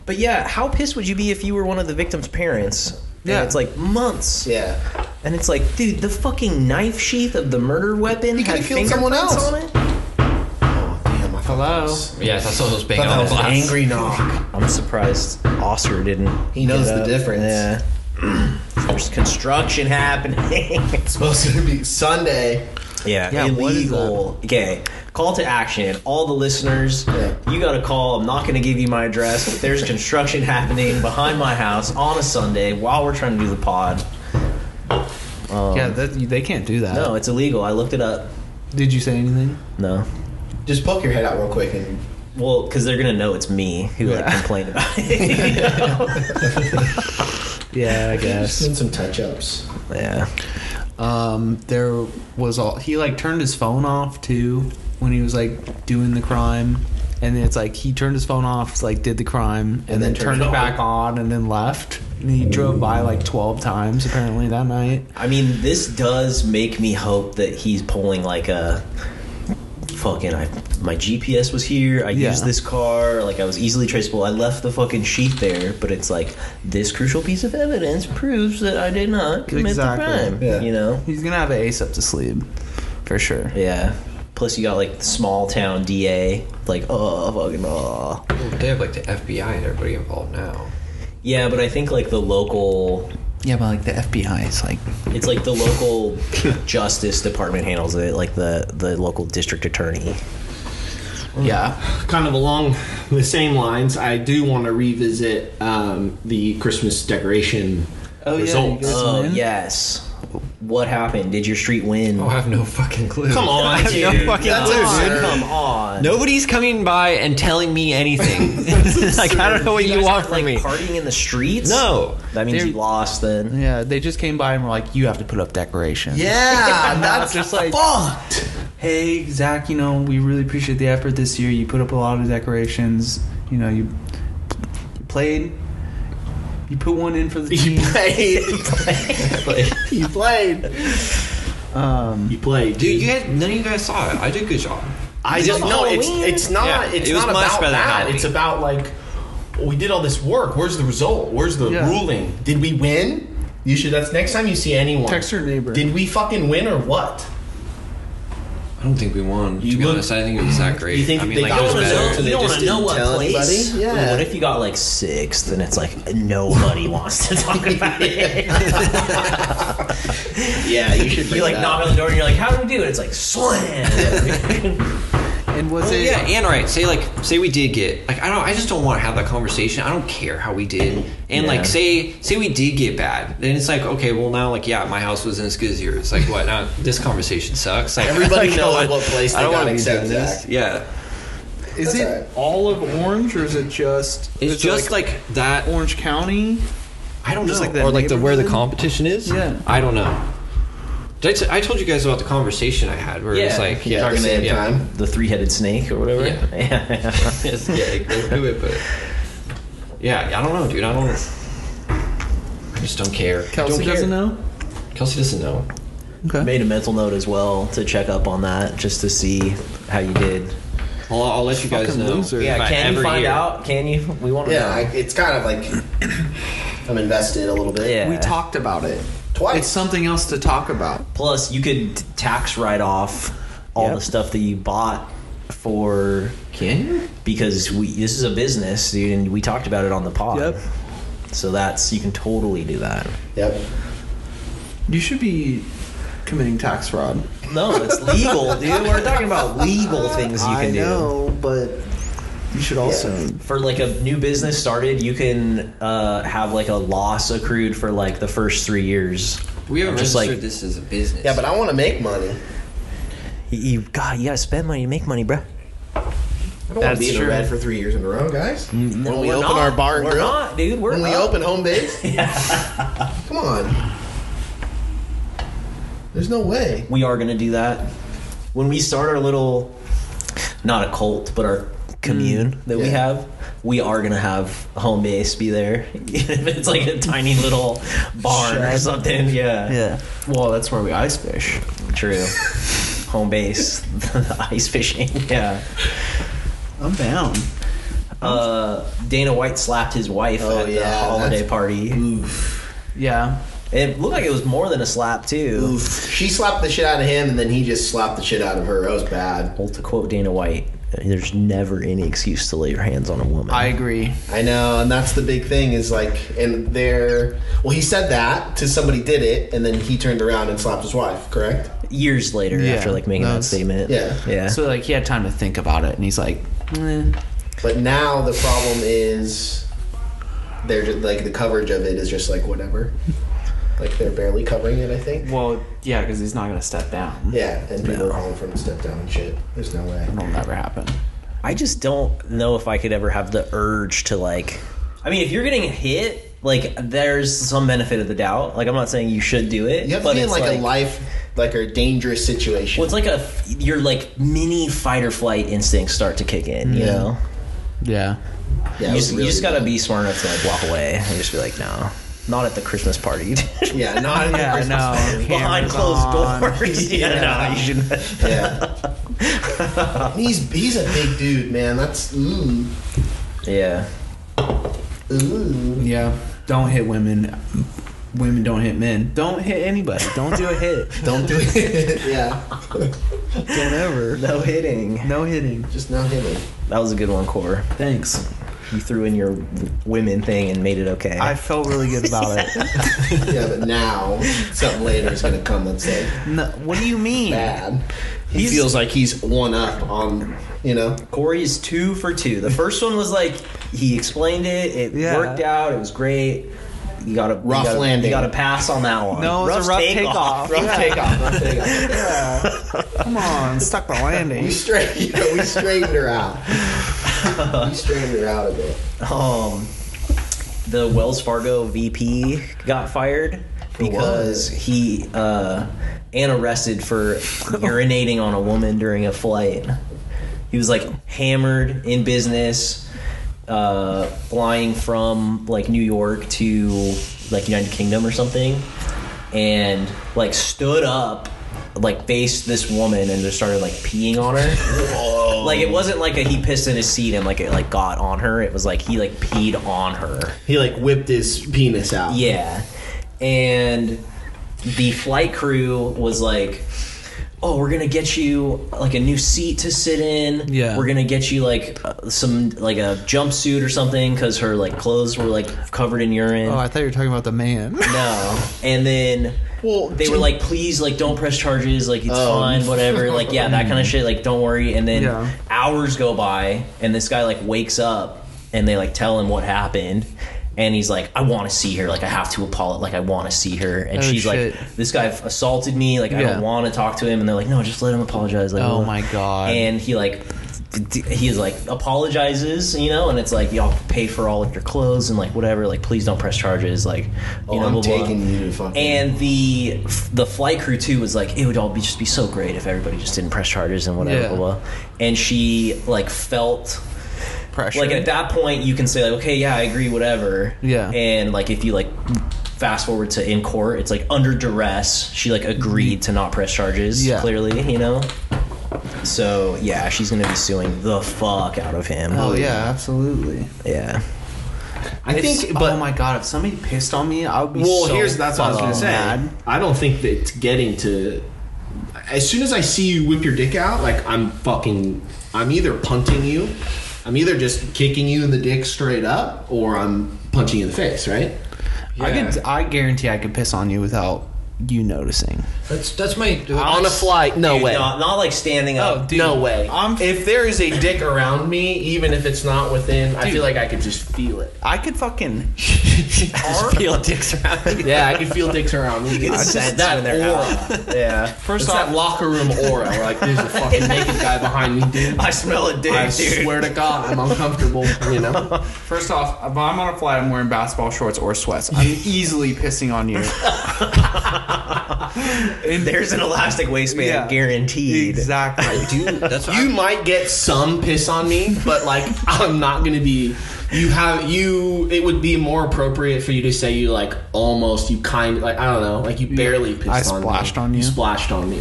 [SPEAKER 2] but yeah, how pissed would you be if you were one of the victim's parents? Yeah,
[SPEAKER 7] Yeah.
[SPEAKER 2] and it's like months.
[SPEAKER 1] yeah,
[SPEAKER 2] and it's like, dude, the fucking knife sheath of the murder weapon
[SPEAKER 1] You
[SPEAKER 2] had
[SPEAKER 1] could've killed someone
[SPEAKER 2] fingerprints
[SPEAKER 1] else.
[SPEAKER 2] on it.
[SPEAKER 1] oh damn! I thought
[SPEAKER 7] Hello?
[SPEAKER 1] That was,
[SPEAKER 8] Yes, I saw those bang
[SPEAKER 1] I thought that
[SPEAKER 8] on
[SPEAKER 1] was an angry knock.
[SPEAKER 2] I'm surprised Oscar didn't.
[SPEAKER 1] He knows
[SPEAKER 2] get
[SPEAKER 1] the
[SPEAKER 2] up.
[SPEAKER 1] difference.
[SPEAKER 2] Yeah. There's construction happening.
[SPEAKER 1] It's supposed to be Sunday.
[SPEAKER 2] Yeah,
[SPEAKER 7] Yeah, what is
[SPEAKER 2] illegal. Okay, call to action. All the listeners,
[SPEAKER 1] Yeah.
[SPEAKER 2] you got to call. I'm not going to give you my address, but there's construction happening behind my house on a Sunday while we're trying to do the pod.
[SPEAKER 7] yeah. That, they can't do that.
[SPEAKER 2] No, it's illegal. I looked it up.
[SPEAKER 7] Did you say anything?
[SPEAKER 2] No.
[SPEAKER 1] Just poke your head out real quick and
[SPEAKER 2] Well, because they're going to know it's me who like,
[SPEAKER 7] Yeah.
[SPEAKER 2] complained about it. you know?
[SPEAKER 7] Yeah, I
[SPEAKER 1] just doing some touch ups.
[SPEAKER 2] yeah.
[SPEAKER 7] Um, there was all he like turned his phone off too when he was like doing the crime, and it's like he turned his phone off, like did the crime, and, then, turned it back on, and then left. And he drove by like twelve times apparently that night.
[SPEAKER 2] I mean, this does make me hope that he's pulling like a fucking. I my GPS was here. I
[SPEAKER 7] Yeah.
[SPEAKER 2] used this car. Like I was easily traceable. I left the fucking sheet there, but it's like this crucial piece of evidence proves that I did not commit
[SPEAKER 7] Exactly.
[SPEAKER 2] the crime.
[SPEAKER 1] Yeah.
[SPEAKER 2] You know?
[SPEAKER 7] He's gonna have an ace up to sleeve, for sure.
[SPEAKER 2] Yeah. Plus, you got like the small town DA. Like, oh fucking oh.
[SPEAKER 8] They have like the FBI and everybody involved now.
[SPEAKER 2] Yeah, but I think like the local.
[SPEAKER 7] Yeah, but like the FBI is like
[SPEAKER 2] It's like the local justice department handles it, like the the local district attorney.
[SPEAKER 7] yeah,
[SPEAKER 3] kind of along the same lines, I do want to revisit um, the Christmas decoration
[SPEAKER 7] Oh, yeah,
[SPEAKER 3] results.
[SPEAKER 7] you guys-
[SPEAKER 2] Oh
[SPEAKER 7] win?
[SPEAKER 2] yes. What happened? Did your street win?
[SPEAKER 8] Oh, I have no fucking clue.
[SPEAKER 3] Come on,
[SPEAKER 8] I have no
[SPEAKER 3] dude.
[SPEAKER 8] fucking
[SPEAKER 3] That's
[SPEAKER 8] clue,
[SPEAKER 2] Come on,
[SPEAKER 8] dude.
[SPEAKER 2] Come on.
[SPEAKER 8] Nobody's coming by and telling me anything. like I don't know what you
[SPEAKER 2] guys
[SPEAKER 8] want
[SPEAKER 2] were,
[SPEAKER 8] from
[SPEAKER 2] like,
[SPEAKER 8] me.
[SPEAKER 2] Partying in the streets?
[SPEAKER 8] No.
[SPEAKER 2] That means
[SPEAKER 7] They're-
[SPEAKER 2] you lost then.
[SPEAKER 7] yeah. They just came by and were like, "You have to put up decorations."
[SPEAKER 1] Yeah,
[SPEAKER 7] that's just like fucked. Hey Zach, you know we really appreciate the effort this year. You put up a lot of decorations. You know you you played. You put one in for the
[SPEAKER 3] You
[SPEAKER 7] team.
[SPEAKER 3] played. you played.
[SPEAKER 7] Um,
[SPEAKER 3] You played,
[SPEAKER 8] Dude, you guys, none of you guys saw it. I did a good job.
[SPEAKER 3] I
[SPEAKER 2] Is
[SPEAKER 3] just
[SPEAKER 2] it
[SPEAKER 3] no. It's
[SPEAKER 2] Halloween?
[SPEAKER 3] it's not.
[SPEAKER 8] Yeah,
[SPEAKER 3] it's
[SPEAKER 8] it was
[SPEAKER 3] not
[SPEAKER 8] much
[SPEAKER 3] about
[SPEAKER 8] better than
[SPEAKER 3] that.
[SPEAKER 8] Halloween.
[SPEAKER 3] It's about like we did all this work. Where's the result? Where's the
[SPEAKER 7] Yeah.
[SPEAKER 3] ruling? Did we win? You should. That's next time you see anyone.
[SPEAKER 7] Text your neighbor.
[SPEAKER 3] Did we fucking win or what?
[SPEAKER 8] I don't think we won.
[SPEAKER 3] You
[SPEAKER 8] to be
[SPEAKER 3] look-
[SPEAKER 8] honest, I think it was that great.
[SPEAKER 3] You think
[SPEAKER 8] I mean,
[SPEAKER 3] they
[SPEAKER 8] like
[SPEAKER 3] got
[SPEAKER 8] it was
[SPEAKER 3] the
[SPEAKER 8] better.
[SPEAKER 3] result? They
[SPEAKER 2] wanna
[SPEAKER 3] just didn't tell anybody? Yeah.
[SPEAKER 2] What if you got like sixth and it's like nobody wants to talk about it?
[SPEAKER 1] yeah, you should.
[SPEAKER 2] You like knock on the door and you're like, how do we do it? It's like slam.
[SPEAKER 7] And was
[SPEAKER 8] Oh,
[SPEAKER 7] it?
[SPEAKER 8] yeah, and all right. Say like, say we did get like, I don't, I just don't want to have that conversation. I don't care how we did. And
[SPEAKER 2] Yeah.
[SPEAKER 8] like, say, say we did get bad, then it's like, okay, well now, like, yeah, my house wasn't as good as yours. Like, what? Now this conversation sucks. Like,
[SPEAKER 1] Everybody
[SPEAKER 8] like,
[SPEAKER 1] knows
[SPEAKER 8] I-
[SPEAKER 1] what place
[SPEAKER 8] I
[SPEAKER 1] they
[SPEAKER 8] don't
[SPEAKER 1] got
[SPEAKER 8] wanna be
[SPEAKER 1] except
[SPEAKER 8] doing this.
[SPEAKER 1] Zach.
[SPEAKER 8] Yeah,
[SPEAKER 7] Is
[SPEAKER 1] That's
[SPEAKER 7] it
[SPEAKER 1] alright.
[SPEAKER 7] all of Orange or is it just?
[SPEAKER 8] it's
[SPEAKER 7] is it,
[SPEAKER 8] just like, that.
[SPEAKER 7] Orange County.
[SPEAKER 8] I don't know,
[SPEAKER 7] just like that
[SPEAKER 8] or like the where the
[SPEAKER 7] neighborhood?
[SPEAKER 8] competition is.
[SPEAKER 7] Yeah.
[SPEAKER 8] I don't know. Did I t- I told you guys about the conversation I had where it's
[SPEAKER 2] Yeah.
[SPEAKER 8] like,
[SPEAKER 1] Yeah, at the
[SPEAKER 2] Talking to-
[SPEAKER 1] same
[SPEAKER 8] yeah.
[SPEAKER 1] time.
[SPEAKER 2] the three-headed snake or whatever.
[SPEAKER 8] Yeah.
[SPEAKER 2] Yeah.
[SPEAKER 8] yeah, they do it, but yeah, I don't know, dude. I don't. I just don't care.
[SPEAKER 7] Kelsey
[SPEAKER 8] don't care.
[SPEAKER 7] doesn't know.
[SPEAKER 8] Kelsey doesn't know.
[SPEAKER 7] Okay.
[SPEAKER 2] Made a mental note as well to check up on that, just to see how you did.
[SPEAKER 8] I'll, I'll let you guys
[SPEAKER 7] Fucking
[SPEAKER 8] know.
[SPEAKER 7] loser. Yeah,
[SPEAKER 8] if I
[SPEAKER 2] can you
[SPEAKER 8] ever
[SPEAKER 2] find
[SPEAKER 8] hear.
[SPEAKER 2] out? Can you? We want to
[SPEAKER 1] Yeah,
[SPEAKER 2] know.
[SPEAKER 1] I, it's kind of like I'm invested a little bit.
[SPEAKER 2] Yeah.
[SPEAKER 7] We talked about it.
[SPEAKER 1] Twice.
[SPEAKER 7] It's something else to talk about.
[SPEAKER 2] Plus, you could t- tax write off all
[SPEAKER 7] Yep.
[SPEAKER 2] the stuff that you bought for
[SPEAKER 8] Can you?
[SPEAKER 2] because we this is a business, dude, and we talked about it on the pod.
[SPEAKER 7] Yep.
[SPEAKER 2] So that's you can totally do that.
[SPEAKER 1] Yep.
[SPEAKER 7] You should be committing tax fraud.
[SPEAKER 2] No, it's legal, dude. We're talking about legal things you can
[SPEAKER 7] I
[SPEAKER 2] do.
[SPEAKER 7] know, but you should also.
[SPEAKER 2] for like a new business started, you can uh, have like a loss accrued for like the first three years.
[SPEAKER 8] We haven't
[SPEAKER 2] Just
[SPEAKER 8] registered
[SPEAKER 2] like-
[SPEAKER 8] this as a business.
[SPEAKER 1] Yeah, but I want to make money.
[SPEAKER 2] You, you God, you gotta spend money to make money, bro.
[SPEAKER 1] I don't want to
[SPEAKER 7] That's
[SPEAKER 1] be in the
[SPEAKER 7] true.
[SPEAKER 1] red for three years in a row, guys.
[SPEAKER 2] Mm, No,
[SPEAKER 1] when we
[SPEAKER 2] we're
[SPEAKER 1] open
[SPEAKER 2] not.
[SPEAKER 1] our bar and
[SPEAKER 2] we're
[SPEAKER 1] grill,
[SPEAKER 2] not, dude. We're
[SPEAKER 1] when we
[SPEAKER 2] up.
[SPEAKER 1] open home base, come on. There's no way.
[SPEAKER 2] we are going to do that when we start our little not a cult but our commune
[SPEAKER 8] Mm.
[SPEAKER 2] that we
[SPEAKER 1] Yeah.
[SPEAKER 2] have we are going to have home base be there if it's like a tiny little barn or
[SPEAKER 7] Shed.
[SPEAKER 2] something yeah,
[SPEAKER 7] Yeah. Well, that's where we ice fish.
[SPEAKER 2] true home base ice fishing yeah
[SPEAKER 7] I'm down.
[SPEAKER 2] uh, dana white slapped his wife
[SPEAKER 1] Oh,
[SPEAKER 2] at
[SPEAKER 1] yeah,
[SPEAKER 2] the holiday
[SPEAKER 1] that's-
[SPEAKER 2] party
[SPEAKER 7] Yeah.
[SPEAKER 2] it looked like it was more than a slap too
[SPEAKER 1] She slapped the shit out of him, and then he just slapped the shit out of her. That was bad.
[SPEAKER 2] Well, to quote dana white there's never any excuse to lay your hands on a woman
[SPEAKER 7] I agree.
[SPEAKER 1] I know, and that's the big thing is like, and they're well, he said that to somebody did it, and then he turned around and slapped his wife. Correct?
[SPEAKER 2] years later
[SPEAKER 7] Yeah,
[SPEAKER 2] after like making that
[SPEAKER 7] that's-
[SPEAKER 2] statement.
[SPEAKER 1] yeah.
[SPEAKER 2] Yeah.
[SPEAKER 7] So like he had time to think about it, and he's like, eh.
[SPEAKER 1] But now the problem is, they're just like the coverage of it is just like whatever. Like they're barely covering it. I think.
[SPEAKER 7] "Well, yeah, because he's not gonna step down.
[SPEAKER 1] Yeah, and people are calling for him to step down and shit. There's no way.
[SPEAKER 7] It'll never happen."
[SPEAKER 2] I just don't know if I could ever have the urge to like I mean if you're getting hit, like there's some benefit of the doubt. Like I'm not saying you should do it.
[SPEAKER 1] You have
[SPEAKER 2] but
[SPEAKER 1] to be in
[SPEAKER 2] it's
[SPEAKER 1] like,
[SPEAKER 2] like,
[SPEAKER 1] a life, like a dangerous situation.
[SPEAKER 2] Well it's like a your like mini fight or flight instincts start to kick in, you know?
[SPEAKER 7] Yeah.
[SPEAKER 1] yeah, it was
[SPEAKER 2] You just, you
[SPEAKER 1] really
[SPEAKER 2] just gotta
[SPEAKER 1] bad.
[SPEAKER 2] be smart enough to like walk away and just be like, no. Not at the Christmas party.
[SPEAKER 1] Yeah, not in the
[SPEAKER 7] Yeah.
[SPEAKER 1] Christmas
[SPEAKER 7] No.
[SPEAKER 1] party.
[SPEAKER 2] Behind
[SPEAKER 7] cameras
[SPEAKER 2] closed
[SPEAKER 7] on.
[SPEAKER 2] doors. yeah,
[SPEAKER 1] Yeah.
[SPEAKER 2] no, you shouldn't
[SPEAKER 1] Yeah. he's he's a big dude, man. That's ooh
[SPEAKER 2] Yeah.
[SPEAKER 1] ooh.
[SPEAKER 7] Yeah. Don't hit women. Women don't hit men. Don't hit anybody. Don't do a hit.
[SPEAKER 1] Don't do it. yeah,
[SPEAKER 7] don't ever.
[SPEAKER 2] No hitting.
[SPEAKER 7] No hitting.
[SPEAKER 1] just not him.
[SPEAKER 2] That was a good one, Core.
[SPEAKER 7] Thanks.
[SPEAKER 2] You threw in your women thing and made it okay.
[SPEAKER 7] I felt really good about it.
[SPEAKER 1] Yeah, but now something later is gonna come that's like
[SPEAKER 7] No, what do you mean?
[SPEAKER 1] bad. He
[SPEAKER 2] He's-
[SPEAKER 1] feels like he's one up on you know.
[SPEAKER 2] Corey's two for two. The first one was like he explained it. It
[SPEAKER 7] Yeah.
[SPEAKER 2] worked out. It was great. You got a
[SPEAKER 1] Rough
[SPEAKER 2] you got
[SPEAKER 1] landing.
[SPEAKER 2] You got a pass on that one.
[SPEAKER 7] No, it was a rough takeoff.
[SPEAKER 1] Rough takeoff. Rough takeoff.
[SPEAKER 7] Come on, stuck the landing.
[SPEAKER 1] We straight. we straightened her out. We straightened her out a bit.
[SPEAKER 2] Um, the Wells Fargo VP got fired because he uh, and arrested for urinating on a woman during a flight. He was like hammered in business, uh, flying from like New York to like United Kingdom or something, and like stood up. Like faced this woman and just started like peeing on her. Like it wasn't like a he pissed in his seat and like it like got on her. It was like he like peed on her.
[SPEAKER 1] He like whipped his penis out.
[SPEAKER 2] Yeah. And the flight crew was like, "Oh, we're going to get you like a new seat to sit in.
[SPEAKER 7] Yeah.
[SPEAKER 2] We're going to get you like uh, some like a jumpsuit or something cuz her like clothes were like covered in urine."
[SPEAKER 7] Oh, I thought you were talking about the man.
[SPEAKER 2] no. And then
[SPEAKER 7] Well,
[SPEAKER 2] they were like, please, like, don't press charges, like, it's
[SPEAKER 9] Oh.
[SPEAKER 2] fine, whatever, like, yeah, that kind of shit, like, don't worry. And then
[SPEAKER 7] Yeah.
[SPEAKER 2] hours go by, and this guy, like, wakes up, and they, like, tell him what happened. And he's like, I want to see her. Like, I have to apologize. Like, I want to see her. And
[SPEAKER 7] Oh,
[SPEAKER 2] she's
[SPEAKER 7] shit.
[SPEAKER 2] like, This guy assaulted me. Like, I
[SPEAKER 7] Yeah.
[SPEAKER 2] don't want to talk to him. And they're like, No, just let him apologize. Like,
[SPEAKER 7] Oh
[SPEAKER 2] we'll-
[SPEAKER 7] my God.
[SPEAKER 2] And he like, d- d- he's like apologizes, you know, and it's like y'all pay for all of your clothes and like whatever. Like, please don't press charges. Like, you
[SPEAKER 9] Oh,
[SPEAKER 2] know,
[SPEAKER 9] I'm
[SPEAKER 2] blah, blah.
[SPEAKER 9] taking you to fucking.
[SPEAKER 2] And the the flight crew too was like, it would all be just be so great if everybody just didn't press charges and whatever.
[SPEAKER 7] Yeah.
[SPEAKER 2] Blah, blah. And she like felt
[SPEAKER 7] pressure.
[SPEAKER 2] like at that point you can say like, okay, yeah, I agree, whatever.
[SPEAKER 7] Yeah.
[SPEAKER 2] And like if you like fast forward to in court, it's like under duress. She like agreed to not press charges.
[SPEAKER 7] Yeah.
[SPEAKER 2] Clearly, you know. So yeah, she's gonna be suing the fuck out of him.
[SPEAKER 7] oh yeah, absolutely.
[SPEAKER 2] Yeah.
[SPEAKER 1] I
[SPEAKER 7] It's-
[SPEAKER 1] think, but
[SPEAKER 7] oh my god, if somebody pissed on me, I would be
[SPEAKER 1] well,
[SPEAKER 7] so
[SPEAKER 1] here's that's what I was gonna
[SPEAKER 7] fucking
[SPEAKER 1] say.
[SPEAKER 7] mad.
[SPEAKER 1] I don't think that it's getting to. As soon as I see you whip your dick out, like I'm fucking, I'm either punting you, I'm either just kicking you in the dick straight up, or I'm punching you in the face. Right?
[SPEAKER 7] I
[SPEAKER 4] Yeah.
[SPEAKER 7] could. I guarantee I could piss on you without you noticing.
[SPEAKER 4] That's that's my.
[SPEAKER 1] On a flight? No
[SPEAKER 2] Dude,
[SPEAKER 1] way.
[SPEAKER 2] Not, not like standing up.
[SPEAKER 1] no way.
[SPEAKER 7] Oh, I'm-
[SPEAKER 1] if there is a dick around me, even if it's not within, I
[SPEAKER 7] Dude.
[SPEAKER 1] feel like I could just feel it.
[SPEAKER 7] I could fucking.
[SPEAKER 4] Just peel dicks around.
[SPEAKER 1] Yeah, I could feel dicks around me.
[SPEAKER 2] It's
[SPEAKER 1] It's
[SPEAKER 2] sense
[SPEAKER 1] that
[SPEAKER 2] when they're
[SPEAKER 1] aura.
[SPEAKER 2] out. Yeah.
[SPEAKER 7] First
[SPEAKER 1] It's
[SPEAKER 7] off,
[SPEAKER 1] that locker room aura. Like there's a fucking naked guy behind me, dude.
[SPEAKER 2] I smell a dick,
[SPEAKER 1] I
[SPEAKER 2] dude.
[SPEAKER 1] swear to God, I'm uncomfortable. You know.
[SPEAKER 7] first off, if I'm on a flight, I'm wearing basketball shorts or sweats. I'm easily pissing on you.
[SPEAKER 2] There's an elastic waistband
[SPEAKER 7] Yeah.
[SPEAKER 2] guaranteed.
[SPEAKER 7] exactly.
[SPEAKER 4] Dude, that's what
[SPEAKER 1] You
[SPEAKER 4] I'm-
[SPEAKER 1] might get some piss on me, but like I'm not gonna be. You have you. It would be more appropriate for you to say you like almost you kind like I don't know like you barely pissed
[SPEAKER 7] I
[SPEAKER 1] on
[SPEAKER 7] splashed
[SPEAKER 1] me.
[SPEAKER 7] on you.
[SPEAKER 1] You splashed on me.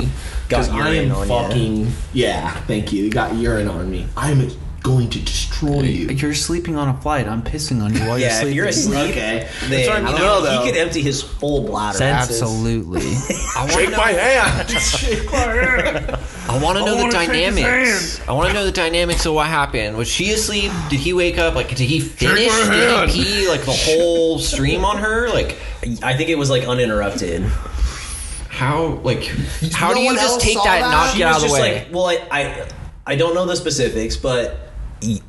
[SPEAKER 2] Got
[SPEAKER 1] Because I
[SPEAKER 2] urine
[SPEAKER 1] am
[SPEAKER 2] on ya.
[SPEAKER 1] fucking yeah. Thank you. You got urine on me. I'm going to destroy you.
[SPEAKER 7] You're sleeping on a flight. I'm pissing on you while
[SPEAKER 2] Yeah, if
[SPEAKER 7] you're
[SPEAKER 2] you're
[SPEAKER 7] sleeping.
[SPEAKER 2] asleep,
[SPEAKER 1] Okay.
[SPEAKER 2] then
[SPEAKER 1] That's what I mean.
[SPEAKER 2] he,
[SPEAKER 1] I don't know,
[SPEAKER 2] he
[SPEAKER 1] though.
[SPEAKER 2] could empty his full bladder.
[SPEAKER 7] Absolutely.
[SPEAKER 4] I wanna know-
[SPEAKER 1] hand.
[SPEAKER 4] I want to know the
[SPEAKER 7] wanna shake his
[SPEAKER 4] dynamics. I want to know the dynamics of what happened. Was she asleep? Did he wake up? Like, did he finish? Did he pee like the whole stream on her? Like,
[SPEAKER 2] I think it was like uninterrupted.
[SPEAKER 4] how? Like, how do
[SPEAKER 1] No
[SPEAKER 4] you
[SPEAKER 1] one
[SPEAKER 4] just
[SPEAKER 1] else
[SPEAKER 4] take
[SPEAKER 1] saw
[SPEAKER 4] that and not
[SPEAKER 1] that?
[SPEAKER 2] She
[SPEAKER 4] get out
[SPEAKER 2] was
[SPEAKER 4] of the
[SPEAKER 2] just
[SPEAKER 4] way?
[SPEAKER 2] like, well, I, I, I don't know the specifics, but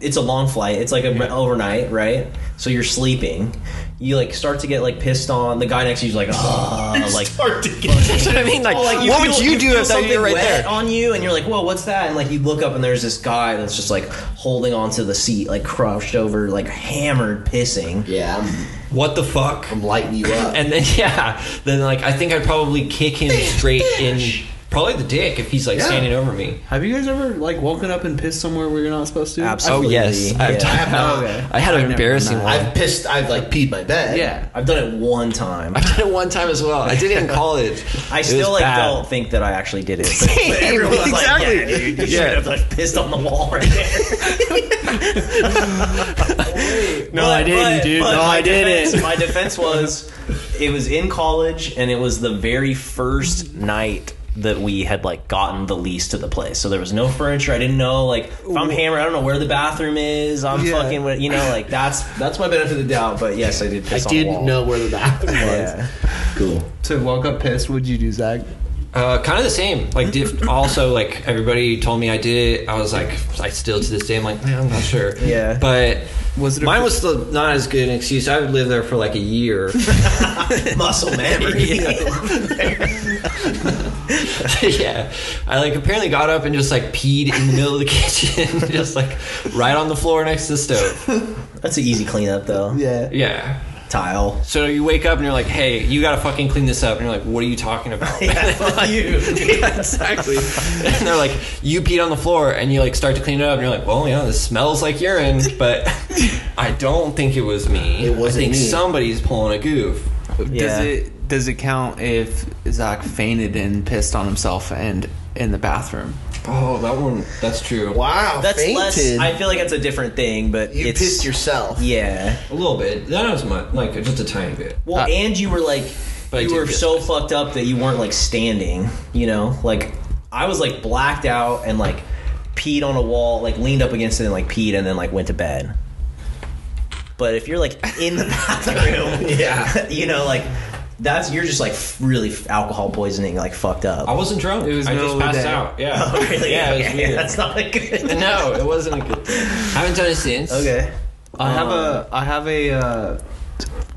[SPEAKER 2] it's a long flight. It's like a overnight, right? So you're sleeping. You like start to get like pissed on. The guy next to you's like, ah, like
[SPEAKER 1] Hard to get.
[SPEAKER 4] That's what I mean. Like,
[SPEAKER 2] Well,
[SPEAKER 4] what
[SPEAKER 2] Oh, feel-
[SPEAKER 4] would you, do
[SPEAKER 2] feel
[SPEAKER 4] if that
[SPEAKER 2] something
[SPEAKER 4] you were right
[SPEAKER 2] wet
[SPEAKER 4] there?
[SPEAKER 2] on you and you're like, whoa, what's that? And like you look up and there's this guy that's just like holding onto the seat, like crouched over, like hammered, pissing.
[SPEAKER 9] yeah, I'm,
[SPEAKER 4] What the fuck?
[SPEAKER 9] I'm lighting you up.
[SPEAKER 4] And then yeah, then like I think I'd probably kick him straight in, probably the dick if he's like standing over me.
[SPEAKER 7] Have you guys ever like woken up and pissed somewhere where you're not supposed to?
[SPEAKER 4] Oh,
[SPEAKER 2] Absolutely.
[SPEAKER 4] I've
[SPEAKER 2] Yeah.
[SPEAKER 4] done- I had an embarrassing one.
[SPEAKER 9] I've pissed. I've like peed my bed.
[SPEAKER 7] Yeah.
[SPEAKER 2] I've done it one time.
[SPEAKER 4] I've done it one time as well. I did it in college.
[SPEAKER 2] I
[SPEAKER 4] It
[SPEAKER 2] still like
[SPEAKER 4] was bad.
[SPEAKER 2] don't think that I actually did it. But
[SPEAKER 4] Same,
[SPEAKER 2] everyone's
[SPEAKER 4] exactly.
[SPEAKER 2] like, yeah, dude, you
[SPEAKER 4] Yeah.
[SPEAKER 2] should have like, pissed on the wall right there.
[SPEAKER 4] No, I didn't, dude. No,
[SPEAKER 2] my
[SPEAKER 4] I didn't.
[SPEAKER 2] defense- My defense was, it was in college, and it was the very first night that we had like gotten the lease to the place. So there was no furniture. I didn't know like if I'm hammered. I don't know where the bathroom is. I'm
[SPEAKER 7] Yeah.
[SPEAKER 2] fucking fucking you know like that's that's my benefit of the doubt. But yes, I did
[SPEAKER 1] I
[SPEAKER 2] piss on the wall.
[SPEAKER 1] didn't know where the bathroom was.
[SPEAKER 2] Yeah.
[SPEAKER 1] Cool.
[SPEAKER 7] So woke up pissed. What'd you do, Zach?
[SPEAKER 4] Uh, kind of the same. Like, diff- also, like everybody told me I did it. I was like, I still to this day, I'm like, "Eh, I'm not sure.
[SPEAKER 2] Yeah.
[SPEAKER 4] But
[SPEAKER 7] Was it a-
[SPEAKER 4] mine was still not as good an excuse. I would live there for like a year.
[SPEAKER 2] muscle memory.
[SPEAKER 4] yeah, I like apparently got up and just like peed in the middle of the kitchen, just like right on the floor next to the stove.
[SPEAKER 2] That's an easy cleanup though.
[SPEAKER 7] Yeah.
[SPEAKER 4] Yeah.
[SPEAKER 2] Tile.
[SPEAKER 4] So you wake up and you're like, hey, you gotta fucking clean this up. And you're like, what are you talking about?
[SPEAKER 2] Yeah, fuck you.
[SPEAKER 4] yeah, exactly. and they're like, you peed on the floor, and you like start to clean it up, and you're like, well, yeah, this smells like urine, but I don't think it was me.
[SPEAKER 9] It wasn't
[SPEAKER 4] I think
[SPEAKER 9] me."
[SPEAKER 4] somebody's pulling a goof.
[SPEAKER 2] Yeah.
[SPEAKER 7] Does it does it count if Zach fainted and pissed on himself and in the bathroom?
[SPEAKER 4] Oh, that one. That's true.
[SPEAKER 9] Wow.
[SPEAKER 2] That's
[SPEAKER 9] fainted.
[SPEAKER 2] less. I feel like that's a different thing, but
[SPEAKER 9] you
[SPEAKER 2] it's,
[SPEAKER 9] pissed yourself.
[SPEAKER 2] Yeah.
[SPEAKER 4] A little bit. Not as much. Like just a tiny bit.
[SPEAKER 2] Well,
[SPEAKER 7] Uh,
[SPEAKER 2] and you were like,
[SPEAKER 4] But I
[SPEAKER 2] you
[SPEAKER 4] did
[SPEAKER 2] were
[SPEAKER 4] get
[SPEAKER 2] so fucked up that you weren't like standing. You know, like I was like blacked out and like peed on a wall, like leaned up against it and like peed and then like went to bed. But if you're like in the bathroom,
[SPEAKER 9] Yeah.
[SPEAKER 2] you know, like That's you're just like f- really f- alcohol poisoning, like fucked up.
[SPEAKER 8] I wasn't drunk.
[SPEAKER 7] It was
[SPEAKER 8] I
[SPEAKER 7] middle
[SPEAKER 8] just
[SPEAKER 7] of the
[SPEAKER 8] passed
[SPEAKER 7] day.
[SPEAKER 8] out. Yeah.
[SPEAKER 2] Oh, really?
[SPEAKER 8] Yeah, it was
[SPEAKER 2] Okay,
[SPEAKER 8] weird.
[SPEAKER 2] That's not a good.
[SPEAKER 8] no, it wasn't a good thing. I haven't done it since.
[SPEAKER 2] Okay.
[SPEAKER 7] I have a I have a uh,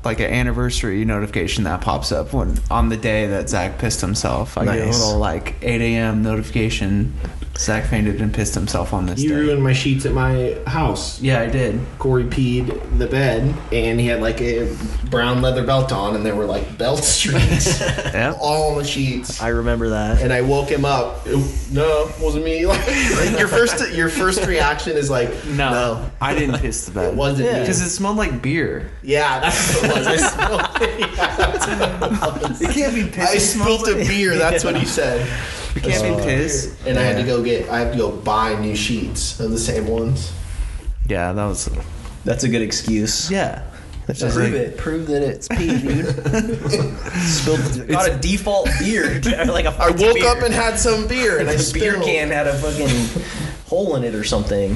[SPEAKER 7] like an anniversary notification that pops up when on the day that Zach pissed himself. I get a
[SPEAKER 2] Nice.
[SPEAKER 7] little like 8 a.m. notification. Zach fainted and pissed himself on this
[SPEAKER 3] You
[SPEAKER 7] day.
[SPEAKER 3] ruined my sheets at my house.
[SPEAKER 7] yeah, I did.
[SPEAKER 3] Corey peed the bed,
[SPEAKER 1] and he had like a brown leather belt on, and there were like belt streaks
[SPEAKER 7] Yeah.
[SPEAKER 1] all on the sheets.
[SPEAKER 2] I remember that.
[SPEAKER 1] And I woke him up. "It- No, it wasn't me. Like, like, your first, your first reaction is like,
[SPEAKER 7] No,
[SPEAKER 1] no,
[SPEAKER 7] I didn't piss the
[SPEAKER 1] it
[SPEAKER 7] bed.
[SPEAKER 1] wasn't me.
[SPEAKER 7] Because it smelled like beer.
[SPEAKER 1] Yeah, that's what it was. I smelled it.
[SPEAKER 7] It can't be
[SPEAKER 1] I
[SPEAKER 7] piss.
[SPEAKER 1] spilled a beer. That's what he said.
[SPEAKER 7] It can't be piss.
[SPEAKER 1] And I had to go get. I had to go buy new sheets of the same ones.
[SPEAKER 7] Yeah, that was.
[SPEAKER 2] That's a good excuse.
[SPEAKER 7] Yeah.
[SPEAKER 2] Prove it. Prove that it's pee, dude. Spilled, got a default beer. like a
[SPEAKER 1] I
[SPEAKER 2] fucking
[SPEAKER 1] woke
[SPEAKER 2] beer.
[SPEAKER 1] up and had some beer, and I
[SPEAKER 2] the beer
[SPEAKER 1] spilled.
[SPEAKER 2] can had a fucking hole in it or something.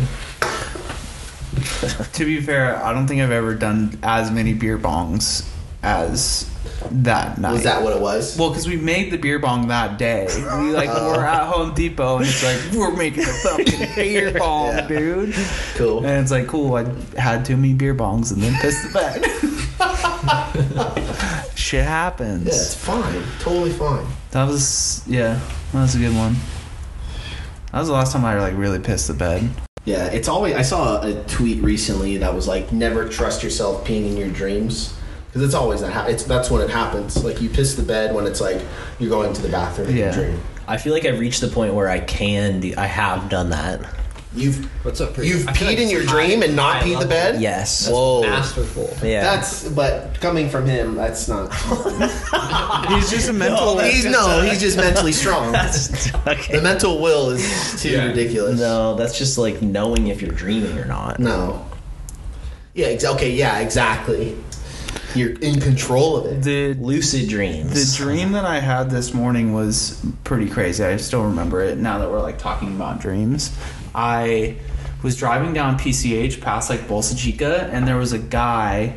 [SPEAKER 7] To be fair, I don't think I've ever done as many beer bongs as that night.
[SPEAKER 1] Was that what it was?
[SPEAKER 7] Well, because we made the beer bong that day. We like were at Home Depot, and it's like we're making a fucking beer bong, dude.
[SPEAKER 1] Cool.
[SPEAKER 7] And it's like, cool. I had too many beer bongs and then pissed the bed. Shit happens.
[SPEAKER 1] Yeah, it's fine. Totally fine.
[SPEAKER 7] That was yeah. That was a good one. That was the last time I like really pissed the bed.
[SPEAKER 1] Yeah, it's always. I saw a tweet recently that was like, "Never trust yourself peeing in your dreams," because it's always that. Ha- it's that's when it happens. Like you piss the bed when it's like you're going to the bathroom in your
[SPEAKER 7] Yeah.
[SPEAKER 1] dream.
[SPEAKER 2] I feel like I've reached the point where I can do. I have done that.
[SPEAKER 1] You've
[SPEAKER 8] What's up, Priest?
[SPEAKER 1] you've
[SPEAKER 8] I feel
[SPEAKER 1] peed
[SPEAKER 8] like
[SPEAKER 1] in your
[SPEAKER 8] it's
[SPEAKER 1] dream
[SPEAKER 8] high-
[SPEAKER 1] and not
[SPEAKER 8] high
[SPEAKER 1] peed the
[SPEAKER 8] level.
[SPEAKER 1] bed.
[SPEAKER 2] Yes.
[SPEAKER 1] Whoa.
[SPEAKER 8] Masterful.
[SPEAKER 2] Yeah.
[SPEAKER 1] That's but coming from him, that's not.
[SPEAKER 7] He's just a mental.
[SPEAKER 1] he's no, he's just mentally strong.
[SPEAKER 2] That's
[SPEAKER 1] The
[SPEAKER 2] okay.
[SPEAKER 1] mental will is too ridiculous.
[SPEAKER 2] No, that's just like knowing if you're dreaming or not.
[SPEAKER 1] no. Yeah. Ex- okay. Yeah. Exactly. You're in control of it.
[SPEAKER 7] The
[SPEAKER 2] Lucid
[SPEAKER 7] The
[SPEAKER 2] dreams.
[SPEAKER 7] dream that I had this morning was pretty crazy. I still remember it now that we're like talking about dreams. I was driving down PCH past like Bolsa Chica, and there was a guy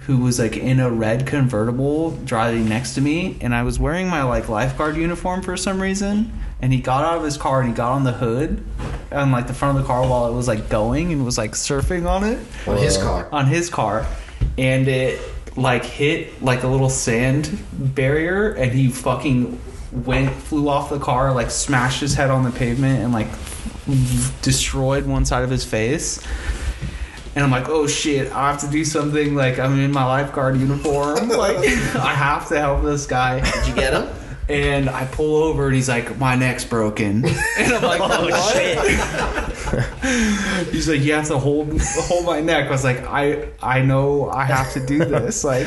[SPEAKER 7] who was like in a red convertible driving next to me, and I was wearing my like lifeguard uniform for some reason. And he got out of his car and he got on the hood and like the front of the car while it was like going and was like surfing on it
[SPEAKER 1] On his car.
[SPEAKER 7] on his car and it like hit like a little sand barrier and he fucking went flew off the car like smashed his head on the pavement and like destroyed one side of his face and I'm like, oh shit, I have to do something. Like, I'm in my lifeguard uniform. Like, I have to help this guy.
[SPEAKER 1] Did you get him?
[SPEAKER 7] And I pull over and he's like, my neck's broken. And I'm like,
[SPEAKER 2] Oh shit!
[SPEAKER 7] He's like, you have to hold hold my neck. I was like, I I know I have to do this. Like,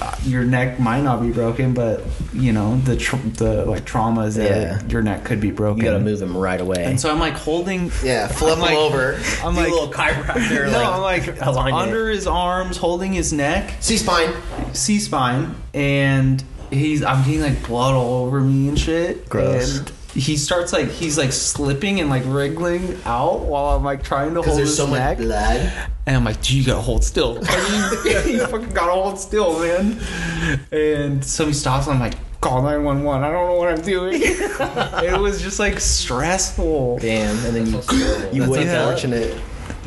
[SPEAKER 7] uh, your neck might not be broken, but you know the tr- the like trauma is that
[SPEAKER 2] Yeah.
[SPEAKER 7] your neck could be broken.
[SPEAKER 2] You gotta move him right away.
[SPEAKER 7] And so I'm like holding.
[SPEAKER 1] Yeah. Flip
[SPEAKER 7] I'm
[SPEAKER 1] him
[SPEAKER 7] like-
[SPEAKER 1] over.
[SPEAKER 7] I'm
[SPEAKER 2] Do
[SPEAKER 7] like,
[SPEAKER 2] a little chiropractor.
[SPEAKER 7] no,
[SPEAKER 2] like,
[SPEAKER 7] I'm like
[SPEAKER 2] align it.
[SPEAKER 7] under his arms, holding his neck,
[SPEAKER 1] C spine.
[SPEAKER 7] C spine, and he's I'm getting like blood all over me and shit.
[SPEAKER 2] Gross.
[SPEAKER 7] And he starts like he's like slipping and like wriggling out while I'm like trying to
[SPEAKER 1] Because
[SPEAKER 7] hold
[SPEAKER 1] there's
[SPEAKER 7] his
[SPEAKER 1] so much
[SPEAKER 7] neck.
[SPEAKER 1] blood.
[SPEAKER 7] And I'm like, dude, you gotta hold still. you fucking gotta hold still, man. And so he stops, and I'm like, call 911. I don't know what I'm doing. it was just like stressful.
[SPEAKER 2] Damn, and then you you
[SPEAKER 1] That's
[SPEAKER 2] wake up.
[SPEAKER 1] unfortunate.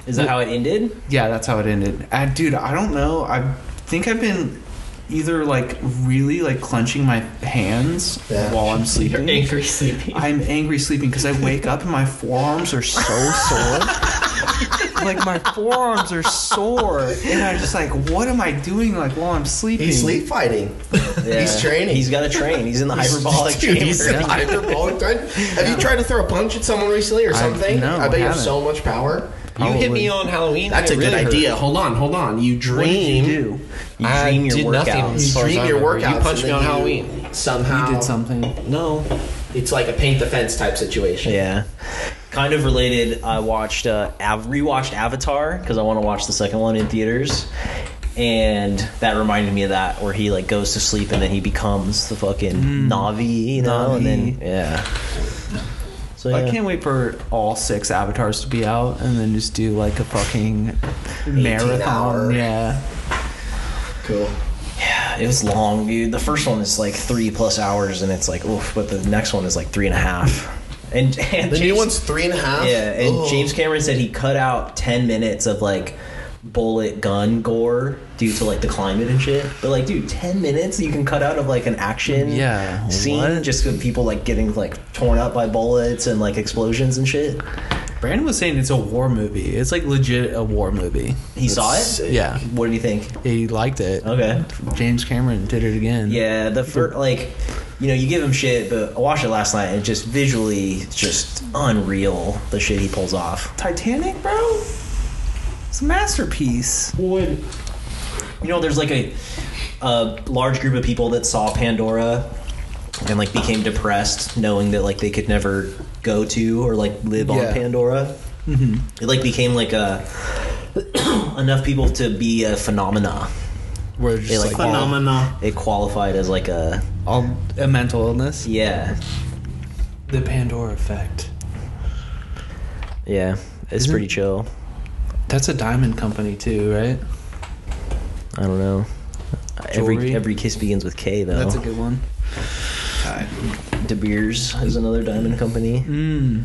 [SPEAKER 2] Is that how it ended?
[SPEAKER 7] Yeah, that's how it ended. I, dude, I don't know. I think I've been either like really like clenching my hands
[SPEAKER 1] Yeah.
[SPEAKER 7] while I'm sleeping.
[SPEAKER 2] sleepy.
[SPEAKER 7] I'm angry sleeping because I wake up and my forearms are so sore. like my forearms are sore, and I'm just like, what am I doing? Like while I'm sleeping,
[SPEAKER 1] He's sleep fighting. He's training.
[SPEAKER 2] He's got to train. He's in the hyperbolic
[SPEAKER 1] Dude, he's
[SPEAKER 2] chamber.
[SPEAKER 1] a hyperbolic threat. Have you tried to throw a punch at someone recently or something?
[SPEAKER 7] no,
[SPEAKER 1] I bet you have
[SPEAKER 7] haven't.
[SPEAKER 1] so much power.
[SPEAKER 8] You hit
[SPEAKER 7] Probably.
[SPEAKER 8] me on Halloween.
[SPEAKER 1] That's a
[SPEAKER 8] and it
[SPEAKER 1] good
[SPEAKER 8] really hurt.
[SPEAKER 1] idea.
[SPEAKER 3] hold on, hold on. You
[SPEAKER 7] What
[SPEAKER 3] dream.
[SPEAKER 7] did you do?
[SPEAKER 2] You
[SPEAKER 8] I
[SPEAKER 2] dream
[SPEAKER 8] did
[SPEAKER 2] your
[SPEAKER 8] nothing.
[SPEAKER 2] workouts.
[SPEAKER 1] You
[SPEAKER 8] far as
[SPEAKER 1] dream
[SPEAKER 8] I
[SPEAKER 1] your
[SPEAKER 8] remember,
[SPEAKER 1] workouts.
[SPEAKER 8] you punched me
[SPEAKER 1] and
[SPEAKER 8] on
[SPEAKER 1] then you
[SPEAKER 8] Halloween.
[SPEAKER 1] Somehow
[SPEAKER 7] You did something.
[SPEAKER 8] No.
[SPEAKER 1] It's like a paint the fence type situation.
[SPEAKER 2] Yeah. Kind of related. I watched uh, Av- rewatched Avatar because I want to watch the second one in theaters, and that reminded me of that where he like goes to sleep and then he becomes the fucking Navi, you know, and then
[SPEAKER 7] Na'vi.
[SPEAKER 2] yeah. So
[SPEAKER 7] I
[SPEAKER 2] yeah.
[SPEAKER 7] can't wait for all six avatars to be out, and then just do like a fucking marathon.
[SPEAKER 1] hour.
[SPEAKER 7] Yeah,
[SPEAKER 1] Cool.
[SPEAKER 2] Yeah, it was long, dude. The first one is like three plus hours, and it's like oof. But the next one is like three and a half. And, and
[SPEAKER 1] The new
[SPEAKER 2] James-
[SPEAKER 1] one's three and a half. Oh.
[SPEAKER 2] Yeah, and
[SPEAKER 1] Ugh.
[SPEAKER 2] James Cameron said he cut out ten minutes of like bullet gun gore due to like the climate and shit. But like, dude, ten minutes you can cut out of like an action
[SPEAKER 7] Yeah,
[SPEAKER 2] scene
[SPEAKER 7] what?
[SPEAKER 2] just with people like getting like torn up by bullets and like explosions and shit.
[SPEAKER 7] Brandon was saying it's a war movie. It's like legit a war movie.
[SPEAKER 2] He saw it.
[SPEAKER 7] Yeah,
[SPEAKER 2] What do you think?
[SPEAKER 7] he liked it.
[SPEAKER 2] Okay.
[SPEAKER 7] James Cameron did it again.
[SPEAKER 2] Yeah, the first like, you know, you give him shit, but I watched it last night and it just visually it's just unreal the shit he pulls off.
[SPEAKER 7] Titanic, bro. It's a masterpiece.
[SPEAKER 3] Would
[SPEAKER 2] you know there's like a, a large group of people that saw pandora and like became depressed knowing that like they could never go to or like live on
[SPEAKER 7] Yeah.
[SPEAKER 2] pandora mm-hmm. it like became like a enough people to be a phenomena
[SPEAKER 7] We're just
[SPEAKER 2] They,
[SPEAKER 7] like,
[SPEAKER 2] like, it qualified as like a
[SPEAKER 7] all, all a mental illness.
[SPEAKER 2] yeah
[SPEAKER 7] The Pandora effect.
[SPEAKER 2] yeah it's
[SPEAKER 7] Isn't-
[SPEAKER 2] pretty chill
[SPEAKER 7] That's a diamond company too, right?
[SPEAKER 2] i don't know
[SPEAKER 7] Jewelry?
[SPEAKER 2] every every kiss begins with k though
[SPEAKER 7] That's a good one.
[SPEAKER 2] De Beers is another diamond company.
[SPEAKER 7] Hmm.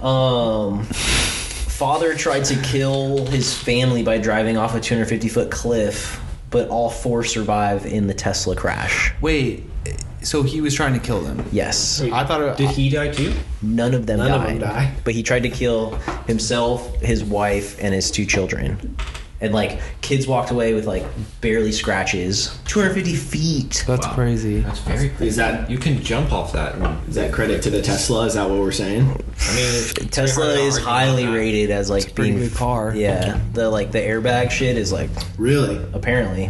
[SPEAKER 2] Um, father tried to kill his family by driving off a 250 foot cliff, but all four survive in the Tesla crash.
[SPEAKER 7] Wait, so he was trying to kill them.
[SPEAKER 2] Yes,
[SPEAKER 7] I thought it,
[SPEAKER 3] did he die too?
[SPEAKER 2] none of them
[SPEAKER 3] None of
[SPEAKER 2] died.
[SPEAKER 3] them died.
[SPEAKER 2] But he tried to kill himself, his wife, and his two children. And like kids walked away with like barely scratches. 250 feet.
[SPEAKER 7] That's crazy.
[SPEAKER 8] That's very crazy.
[SPEAKER 3] Is that
[SPEAKER 8] You can jump off that. and-
[SPEAKER 3] is that credit to the Tesla? Is that what we're saying?
[SPEAKER 8] I mean, it's pretty
[SPEAKER 2] Tesla
[SPEAKER 8] hard to
[SPEAKER 2] is
[SPEAKER 8] argue
[SPEAKER 2] highly
[SPEAKER 8] with that.
[SPEAKER 2] rated as like
[SPEAKER 7] pretty
[SPEAKER 2] being
[SPEAKER 7] good car.
[SPEAKER 2] Yeah, the like the airbag shit is like
[SPEAKER 3] Really?
[SPEAKER 2] apparently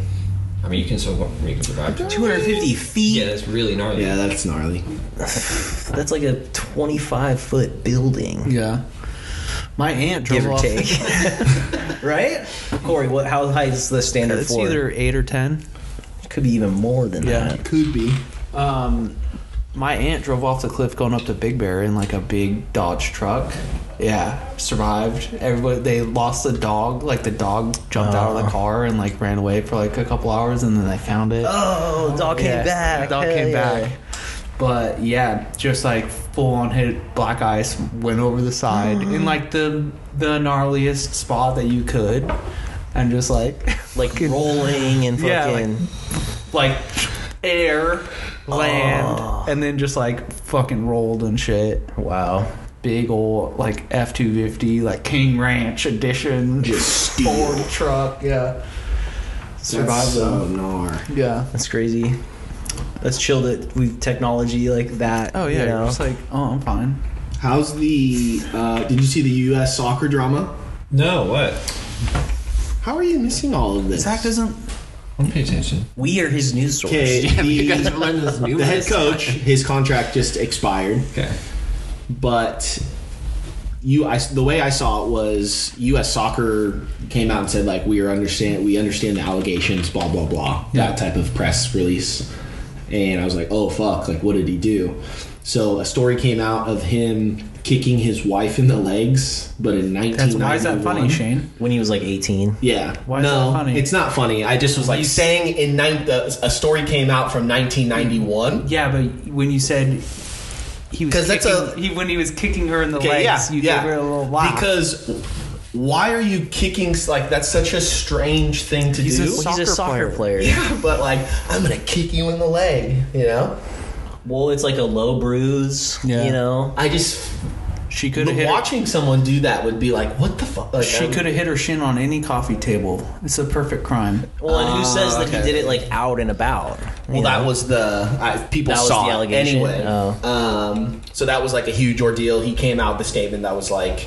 [SPEAKER 8] I mean, you can still you can survive.
[SPEAKER 2] 250 feet.
[SPEAKER 8] Yeah, that's really gnarly.
[SPEAKER 3] Yeah, that's gnarly.
[SPEAKER 2] That's like a 25 foot building,
[SPEAKER 7] Yeah. My aunt drove
[SPEAKER 2] give or
[SPEAKER 7] off.
[SPEAKER 2] take. right, Corey? What? How high is the standard
[SPEAKER 7] It's
[SPEAKER 2] floor?
[SPEAKER 7] either eight or ten.
[SPEAKER 2] Could be even more than
[SPEAKER 7] Yeah.
[SPEAKER 2] that.
[SPEAKER 3] Could be.
[SPEAKER 7] Um, my aunt drove off the cliff going up to Big Bear in like a big Dodge truck. Yeah, survived. Everybody they lost the dog. Like the dog jumped out of
[SPEAKER 2] Uh-huh.
[SPEAKER 7] the car and like ran away for like a couple hours, and then they found it.
[SPEAKER 2] Oh, dog came
[SPEAKER 7] Yeah,
[SPEAKER 2] back.
[SPEAKER 7] Dog
[SPEAKER 2] Hell
[SPEAKER 7] came
[SPEAKER 2] yeah.
[SPEAKER 7] back. But yeah, just like full on hit black ice went over the side in
[SPEAKER 2] Mm-hmm.
[SPEAKER 7] like the the gnarliest spot that you could, and just like
[SPEAKER 2] Like rolling and fucking.
[SPEAKER 7] Yeah, like- like air, land,
[SPEAKER 2] Oh.
[SPEAKER 7] and then just like fucking rolled and shit.
[SPEAKER 2] wow.
[SPEAKER 7] Big old like F two fifty like King Ranch edition, just Ford truck. Yeah,
[SPEAKER 3] That's
[SPEAKER 7] survival.
[SPEAKER 3] so gnar.
[SPEAKER 7] yeah.
[SPEAKER 2] That's crazy. That's chill that we've technology like that.
[SPEAKER 7] Oh yeah,
[SPEAKER 2] you
[SPEAKER 7] you're
[SPEAKER 2] know?
[SPEAKER 7] just like oh I'm fine.
[SPEAKER 3] How's the? Uh, did you see the U.S. soccer drama?
[SPEAKER 8] No, what?
[SPEAKER 3] How are you missing all of this?
[SPEAKER 7] Zach doesn't
[SPEAKER 8] I don't pay attention.
[SPEAKER 2] we are his news source.
[SPEAKER 3] Okay,
[SPEAKER 8] You guys
[SPEAKER 3] the,
[SPEAKER 8] have learned this new
[SPEAKER 3] the head coach, his contract just expired,
[SPEAKER 8] Okay.
[SPEAKER 3] but you, I, the way I saw it was U.S. Soccer came out and said like we are understand we understand the allegations, blah blah blah, that type of press release, and I was like, oh fuck, like what did he do? So a story came out of him kicking his wife in the legs, but in nineteen.
[SPEAKER 7] That's why is that funny, Shane?
[SPEAKER 2] When he was like 18.
[SPEAKER 3] Yeah.
[SPEAKER 7] Why is
[SPEAKER 3] no,
[SPEAKER 7] that funny?
[SPEAKER 3] It's not funny. I just was like
[SPEAKER 1] He's saying in nine, the, a story came out from 1991.
[SPEAKER 7] Yeah, but when you said he was
[SPEAKER 1] 'Cause that's a-
[SPEAKER 7] kicking- he when he was kicking her in the
[SPEAKER 1] Okay,
[SPEAKER 7] legs, you gave her a little laugh.
[SPEAKER 1] Because why are you kicking? s- Like that's such a strange thing to
[SPEAKER 7] He's a
[SPEAKER 1] do.
[SPEAKER 7] so-
[SPEAKER 2] Well, he's a
[SPEAKER 7] Soccer
[SPEAKER 2] soccer player.
[SPEAKER 1] yeah, but like I'm gonna kick you in the leg. You know,
[SPEAKER 2] Well, it's like a low bruise,
[SPEAKER 7] Yeah.
[SPEAKER 2] you know?
[SPEAKER 1] I just
[SPEAKER 7] she could have hit her,
[SPEAKER 1] watching someone do that would be like, what the fuck? Like,
[SPEAKER 7] she
[SPEAKER 1] I'm-
[SPEAKER 7] could have hit her shin on any coffee table. It's a perfect crime.
[SPEAKER 2] Well, and who
[SPEAKER 1] Ah,
[SPEAKER 2] says that
[SPEAKER 1] okay.
[SPEAKER 2] he did it like out and about?
[SPEAKER 1] Well, that was the I, people
[SPEAKER 2] That was
[SPEAKER 1] saw
[SPEAKER 2] the
[SPEAKER 1] it
[SPEAKER 2] allegation?
[SPEAKER 1] anyway.
[SPEAKER 2] Oh.
[SPEAKER 1] Um, so that was like a huge ordeal. He came out with a statement that was like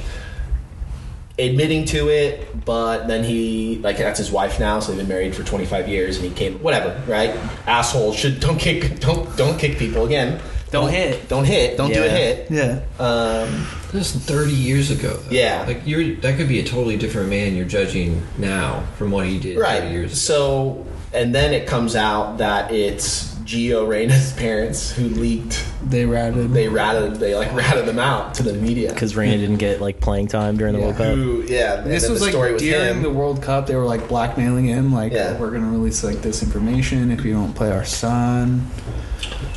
[SPEAKER 1] admitting to it, but then he like that's his wife now, so they've been married for 25 years, and he came whatever, right? Asshole should don't kick don't don't kick people again.
[SPEAKER 7] Don't hit.
[SPEAKER 1] Don't hit. Don't do a
[SPEAKER 2] Yeah.
[SPEAKER 1] hit.
[SPEAKER 7] Yeah.
[SPEAKER 1] Um,
[SPEAKER 8] This is 30 years ago. Though.
[SPEAKER 1] Yeah.
[SPEAKER 8] Like you're that could be a totally different man you're judging now from what he did 30
[SPEAKER 1] right.
[SPEAKER 8] years.
[SPEAKER 1] So and then it comes out that it's Gio Reyna's parents who leaked.
[SPEAKER 7] They ratted.
[SPEAKER 1] They ratted. They like ratted them out to the media.
[SPEAKER 2] because Raina didn't get like playing time during the World Cup.
[SPEAKER 1] Who? Yeah. and
[SPEAKER 7] this
[SPEAKER 1] then
[SPEAKER 7] was
[SPEAKER 1] the
[SPEAKER 7] like
[SPEAKER 1] story with
[SPEAKER 7] during
[SPEAKER 1] him.
[SPEAKER 7] the World Cup. They were like blackmailing him, like
[SPEAKER 1] Yeah.
[SPEAKER 7] we're gonna release like this information if you don't play our son.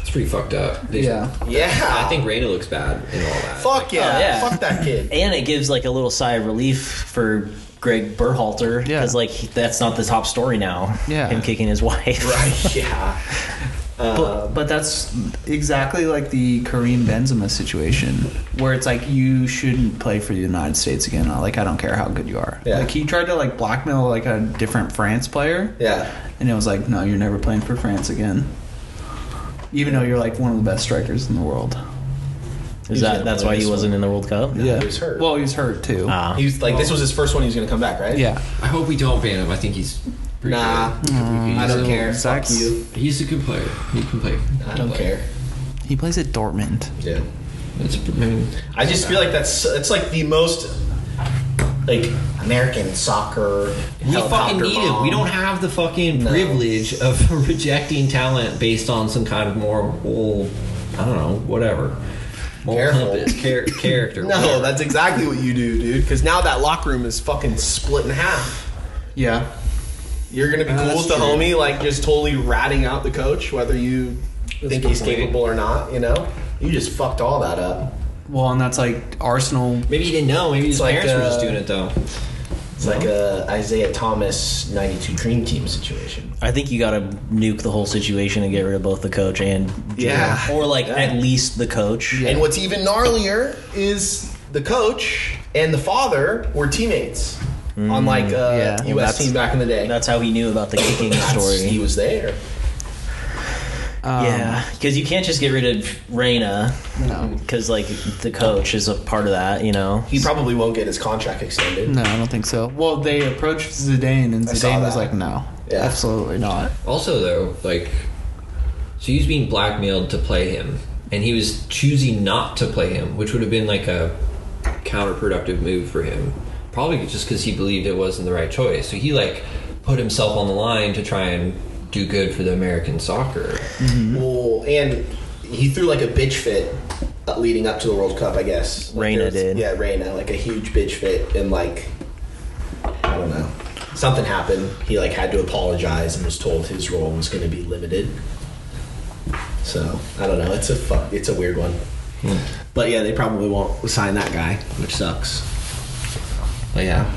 [SPEAKER 4] It's pretty fucked up. They-
[SPEAKER 7] Yeah,
[SPEAKER 1] yeah.
[SPEAKER 4] I think Raina looks bad in all that.
[SPEAKER 1] Fuck yeah.
[SPEAKER 2] Oh, yeah.
[SPEAKER 1] Fuck that kid.
[SPEAKER 2] and it gives like a little sigh of relief for Greg Berhalter
[SPEAKER 7] Yeah.
[SPEAKER 2] because like he- that's not the top story now.
[SPEAKER 7] Yeah.
[SPEAKER 2] him kicking his wife.
[SPEAKER 1] right. Yeah.
[SPEAKER 7] but but that's exactly like the Kareem Benzema situation where it's like you shouldn't play for the United States again. Like I don't care how good you are.
[SPEAKER 1] Yeah.
[SPEAKER 7] Like he tried to like blackmail like a different France player.
[SPEAKER 1] Yeah.
[SPEAKER 7] And it was like, no, you're never playing for France again. Even though you're like one of the best strikers in the world.
[SPEAKER 2] Is that that's why he wasn't in the World Cup?
[SPEAKER 7] Yeah.
[SPEAKER 1] He was hurt.
[SPEAKER 7] Well, he was hurt too.
[SPEAKER 2] Ah.
[SPEAKER 1] He was like, this was his first one. He was gonna come back, right?
[SPEAKER 7] yeah.
[SPEAKER 4] I hope we don't ban him. I think he's pretty
[SPEAKER 1] Nah.
[SPEAKER 4] good. He's
[SPEAKER 1] I don't
[SPEAKER 4] a-
[SPEAKER 1] care.
[SPEAKER 7] Sucks.
[SPEAKER 1] Fuck you.
[SPEAKER 4] He's a good player. He can play.
[SPEAKER 1] I don't care.
[SPEAKER 7] He plays at Dortmund.
[SPEAKER 1] Yeah.
[SPEAKER 4] That's, I mean,
[SPEAKER 1] I just feel like that's it's like the most like American soccer.
[SPEAKER 4] we fucking
[SPEAKER 1] helicopter
[SPEAKER 4] need him.
[SPEAKER 1] mom.
[SPEAKER 4] We don't have the fucking
[SPEAKER 1] No.
[SPEAKER 4] privilege of rejecting talent based on some kind of moral, I don't know, whatever. Moral
[SPEAKER 1] Careful.
[SPEAKER 4] compass, char- character.
[SPEAKER 1] No, that's exactly what you do, dude. Because now that locker room is fucking split in half.
[SPEAKER 7] Yeah. Uh,
[SPEAKER 1] You're gonna be cool with the homie, like just totally ratting out the coach, whether you think he's capable or not. You know, you just fucked all that up.
[SPEAKER 7] Well, and that's like Arsenal.
[SPEAKER 4] Maybe he didn't know. Maybe his
[SPEAKER 1] like,
[SPEAKER 4] parents were just
[SPEAKER 1] uh,
[SPEAKER 4] doing it though.
[SPEAKER 1] It's like a Isaiah Thomas '92 Dream Team situation.
[SPEAKER 2] I think you got to nuke the whole situation and get rid of both the coach and
[SPEAKER 1] Yeah.
[SPEAKER 2] or like
[SPEAKER 1] Yeah.
[SPEAKER 2] at least the coach.
[SPEAKER 1] And what's even gnarlier is the coach and the father were teammates on like a
[SPEAKER 7] Mm, yeah. Well,
[SPEAKER 1] U.S.
[SPEAKER 2] that's-
[SPEAKER 1] team back in the day.
[SPEAKER 2] That's how he knew about the kicking
[SPEAKER 1] That's- He
[SPEAKER 2] story.
[SPEAKER 1] was there.
[SPEAKER 7] Um,
[SPEAKER 2] yeah, because you can't just get rid of Reina
[SPEAKER 7] No.
[SPEAKER 2] because like the coach is a part of that. You know,
[SPEAKER 1] He probably won't get his contract extended.
[SPEAKER 7] No, I don't think so. Well, they approached Zidane, and
[SPEAKER 1] I saw
[SPEAKER 7] Zidane was
[SPEAKER 1] that.
[SPEAKER 7] like, no.
[SPEAKER 1] Yeah.
[SPEAKER 7] Absolutely not.
[SPEAKER 4] Also, though, like, so he was being blackmailed to play him, and he was choosing not to play him, which would have been like a counterproductive move for him. Probably just because he believed it wasn't the right choice. So he, like, put himself on the line to try and do good for the American soccer.
[SPEAKER 1] Well, and he threw like a bitch fit uh, leading up to the World Cup, I guess. Like,
[SPEAKER 2] Reina
[SPEAKER 1] there was-
[SPEAKER 2] did.
[SPEAKER 1] Yeah, Reina, like a huge bitch fit, and like I don't know, something happened. He like had to apologize and was told his role was going to be limited. So I don't know. It's a fuck. It's a weird one. But yeah, they probably won't sign that guy, which sucks. But yeah,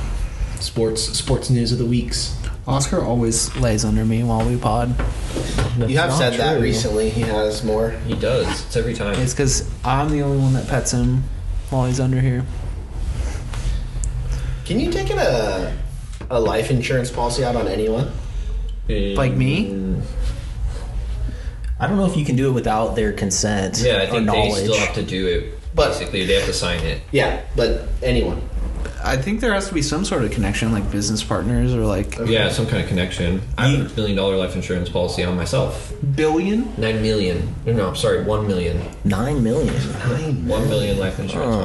[SPEAKER 1] sports sports news of the weeks.
[SPEAKER 7] Oscar always lays under me while we pod.
[SPEAKER 1] you have
[SPEAKER 7] not
[SPEAKER 1] said that
[SPEAKER 7] true.
[SPEAKER 1] recently. He has more.
[SPEAKER 4] He does. It's every time.
[SPEAKER 7] It's because I'm the only one that pets him while he's under here.
[SPEAKER 1] Can you take
[SPEAKER 3] uh,
[SPEAKER 1] a a life insurance policy out on anyone?
[SPEAKER 7] Like me?
[SPEAKER 2] I don't know if you can do it without their consent
[SPEAKER 4] Yeah, I
[SPEAKER 2] or
[SPEAKER 4] think they
[SPEAKER 2] knowledge.
[SPEAKER 4] still have to do it.
[SPEAKER 1] But-
[SPEAKER 4] Basically, they have to sign it.
[SPEAKER 1] Yeah, but anyone.
[SPEAKER 7] I think there has to be some sort of connection, like business partners or like
[SPEAKER 4] Yeah, some kind of connection. I have a million dollar life insurance policy on myself.
[SPEAKER 7] billion.
[SPEAKER 4] Nine million. No, I'm sorry, one million.
[SPEAKER 2] Nine million.
[SPEAKER 4] One million life insurance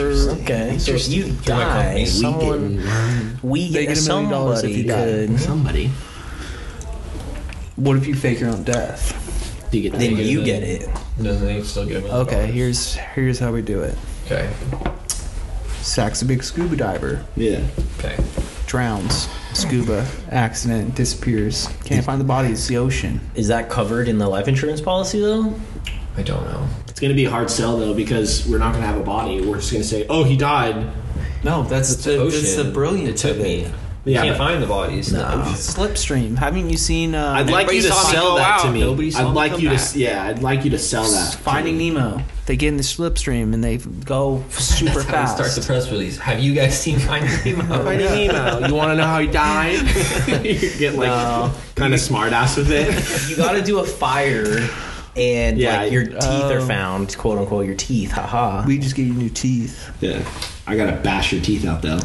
[SPEAKER 4] policy.
[SPEAKER 2] Okay, so if you die,
[SPEAKER 4] company.
[SPEAKER 2] someone we
[SPEAKER 7] They
[SPEAKER 2] get,
[SPEAKER 7] get a million dollars if
[SPEAKER 2] somebody
[SPEAKER 7] you die.
[SPEAKER 2] could.
[SPEAKER 3] Somebody.
[SPEAKER 7] What if you fake your own death?
[SPEAKER 3] Do you get
[SPEAKER 2] Then
[SPEAKER 3] that?
[SPEAKER 2] you get it.
[SPEAKER 4] Doesn't they still get a million
[SPEAKER 7] Okay,
[SPEAKER 4] dollars?
[SPEAKER 7] here's here's how we do it.
[SPEAKER 4] Okay.
[SPEAKER 7] Sack's a big scuba diver,
[SPEAKER 3] Yeah.
[SPEAKER 4] Okay.
[SPEAKER 7] drowns, scuba accident, disappears, can't find the body, it's the ocean.
[SPEAKER 2] Is that covered in the life insurance policy though?
[SPEAKER 4] I don't know.
[SPEAKER 3] It's gonna be a hard sell though because we're not gonna have a body. We're just gonna say, oh, he died.
[SPEAKER 7] No, that's the that's the
[SPEAKER 4] Ocean. It
[SPEAKER 7] brilliance
[SPEAKER 4] took
[SPEAKER 7] of
[SPEAKER 4] me.
[SPEAKER 7] it.
[SPEAKER 4] You
[SPEAKER 3] Yeah,
[SPEAKER 4] can't
[SPEAKER 3] but-
[SPEAKER 4] find the bodies. No.
[SPEAKER 7] Slipstream. Haven't you seen uh,
[SPEAKER 3] I'd like you to
[SPEAKER 4] saw me
[SPEAKER 3] sell
[SPEAKER 4] go
[SPEAKER 3] that to
[SPEAKER 4] out.
[SPEAKER 3] me.
[SPEAKER 4] Nobody saw
[SPEAKER 3] I'd
[SPEAKER 4] me
[SPEAKER 3] like
[SPEAKER 4] come
[SPEAKER 3] you to.
[SPEAKER 4] back.
[SPEAKER 3] s- Yeah, I'd like you to sell that.
[SPEAKER 7] Finding Nemo? They get in the slipstream and they go super
[SPEAKER 4] How we
[SPEAKER 7] fast.
[SPEAKER 4] start the press release. Have you guys seen Finding Nemo?
[SPEAKER 3] Finding Nemo. You want to know how he died? you get like
[SPEAKER 2] No.
[SPEAKER 3] kind of smart ass with it.
[SPEAKER 2] You got to do a fire, and
[SPEAKER 3] Yeah,
[SPEAKER 2] like your teeth are
[SPEAKER 7] oh.
[SPEAKER 2] found, quote unquote, your teeth. Haha.
[SPEAKER 7] we just get you new teeth.
[SPEAKER 3] yeah, I gotta bash your teeth out though.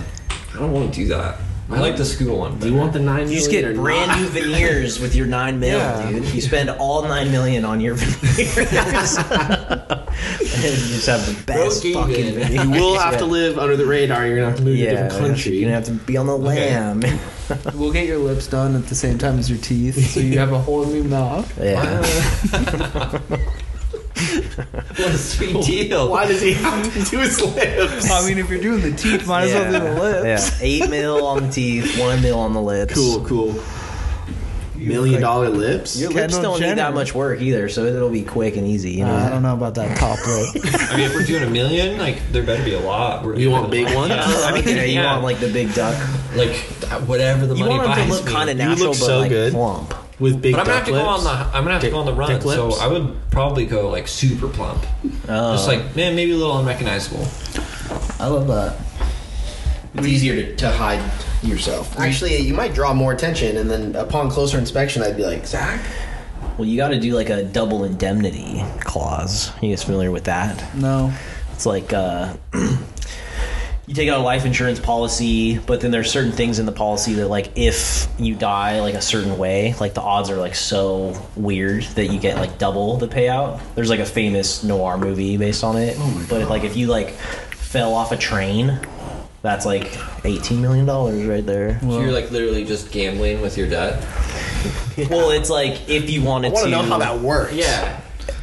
[SPEAKER 4] I don't want to do that. I like the scuba one.
[SPEAKER 3] Do you want the nine?
[SPEAKER 2] You just
[SPEAKER 3] million
[SPEAKER 2] get
[SPEAKER 3] or
[SPEAKER 2] brand
[SPEAKER 3] not?
[SPEAKER 2] new veneers with your nine mil,
[SPEAKER 7] Yeah.
[SPEAKER 2] dude. You spend all nine million on your veneers, and you just have the best
[SPEAKER 4] Broken
[SPEAKER 2] fucking
[SPEAKER 4] good.
[SPEAKER 2] veneers.
[SPEAKER 3] You will have to live under the radar. You're gonna have to move to a
[SPEAKER 2] Yeah,
[SPEAKER 3] different country.
[SPEAKER 2] you're gonna have to be on the lam.
[SPEAKER 7] We'll get your lips done at the same time as your teeth, so you have a whole new mouth.
[SPEAKER 2] Yeah,
[SPEAKER 4] What a sweet deal.
[SPEAKER 3] Why does he have to do his lips?
[SPEAKER 7] I mean, if you're doing the teeth, might as well do the lips.
[SPEAKER 2] Yeah. Eight mil on the teeth, one mil on the lips.
[SPEAKER 3] Cool, cool. Million dollar lips.
[SPEAKER 2] Your lips
[SPEAKER 7] Kendall
[SPEAKER 2] don't need
[SPEAKER 7] Jenner.
[SPEAKER 2] that much work either, so it'll be quick and easy. You know.
[SPEAKER 7] Uh, I don't know about that top lip.
[SPEAKER 4] I mean, if we're doing a million, like there better be a lot. We're
[SPEAKER 3] You want big ones?
[SPEAKER 4] I mean,
[SPEAKER 2] Okay, you
[SPEAKER 4] yeah.
[SPEAKER 2] want like the big duck.
[SPEAKER 4] like whatever the
[SPEAKER 2] You
[SPEAKER 4] money
[SPEAKER 2] want them
[SPEAKER 4] buys
[SPEAKER 2] to look
[SPEAKER 4] me.
[SPEAKER 2] kind of
[SPEAKER 3] You look
[SPEAKER 2] natural, but
[SPEAKER 3] so
[SPEAKER 2] like
[SPEAKER 3] good.
[SPEAKER 2] plump.
[SPEAKER 3] With big
[SPEAKER 4] but I'm gonna have to
[SPEAKER 3] duck
[SPEAKER 4] go on
[SPEAKER 3] lips.
[SPEAKER 4] the I'm gonna have to
[SPEAKER 3] Dick-
[SPEAKER 4] go on the run.
[SPEAKER 3] dick
[SPEAKER 4] So
[SPEAKER 3] lips?
[SPEAKER 4] I would probably go like super plump, just like man, maybe a little unrecognizable.
[SPEAKER 2] I love that.
[SPEAKER 1] It's easier to, to hide yourself. Actually, you might draw more attention, and then upon closer inspection, I'd be like, Zach.
[SPEAKER 2] Well, you got to do like a double indemnity clause. You guys familiar with that?
[SPEAKER 7] No.
[SPEAKER 2] It's like uh, you take out a life insurance policy, but then there's certain things in the policy that like if you die like a certain way, like the odds are like so weird that you get like double the payout. There's like a famous noir movie based on it.
[SPEAKER 1] Oh
[SPEAKER 2] but like if you like fell off a train, that's like 18 million dollars right there.
[SPEAKER 4] so you're like literally just gambling with your debt.
[SPEAKER 2] Well, it's like if you wanted
[SPEAKER 1] I want
[SPEAKER 2] to
[SPEAKER 1] to know how that works.
[SPEAKER 4] Yeah,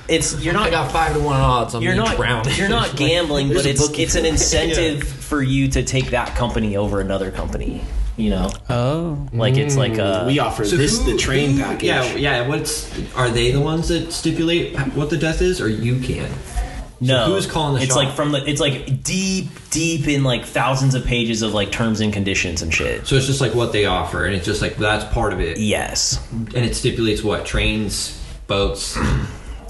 [SPEAKER 2] It's you're
[SPEAKER 4] I
[SPEAKER 2] not
[SPEAKER 4] got five to one odds. I'm
[SPEAKER 2] you're
[SPEAKER 4] gonna
[SPEAKER 2] not
[SPEAKER 4] drown.
[SPEAKER 2] you're not gambling, but
[SPEAKER 4] a
[SPEAKER 2] it's
[SPEAKER 4] bookie
[SPEAKER 2] it's an incentive for you to take that company over another company. You know,
[SPEAKER 7] Oh.
[SPEAKER 2] like it's like uh,
[SPEAKER 4] Mm,
[SPEAKER 2] a
[SPEAKER 3] Uh, We offer
[SPEAKER 4] So
[SPEAKER 3] this
[SPEAKER 4] who-
[SPEAKER 3] the train
[SPEAKER 4] who-
[SPEAKER 3] package.
[SPEAKER 4] Yeah, yeah. What's are they the ones that stipulate what the death is, or you can?
[SPEAKER 2] no.
[SPEAKER 4] who's calling the
[SPEAKER 2] It's
[SPEAKER 4] shot?
[SPEAKER 2] like from the it's like deep deep in like thousands of pages of like terms and conditions and shit.
[SPEAKER 4] So it's just like what they offer, and it's just like that's part of it,
[SPEAKER 2] Yes,
[SPEAKER 4] and it stipulates what trains, boats.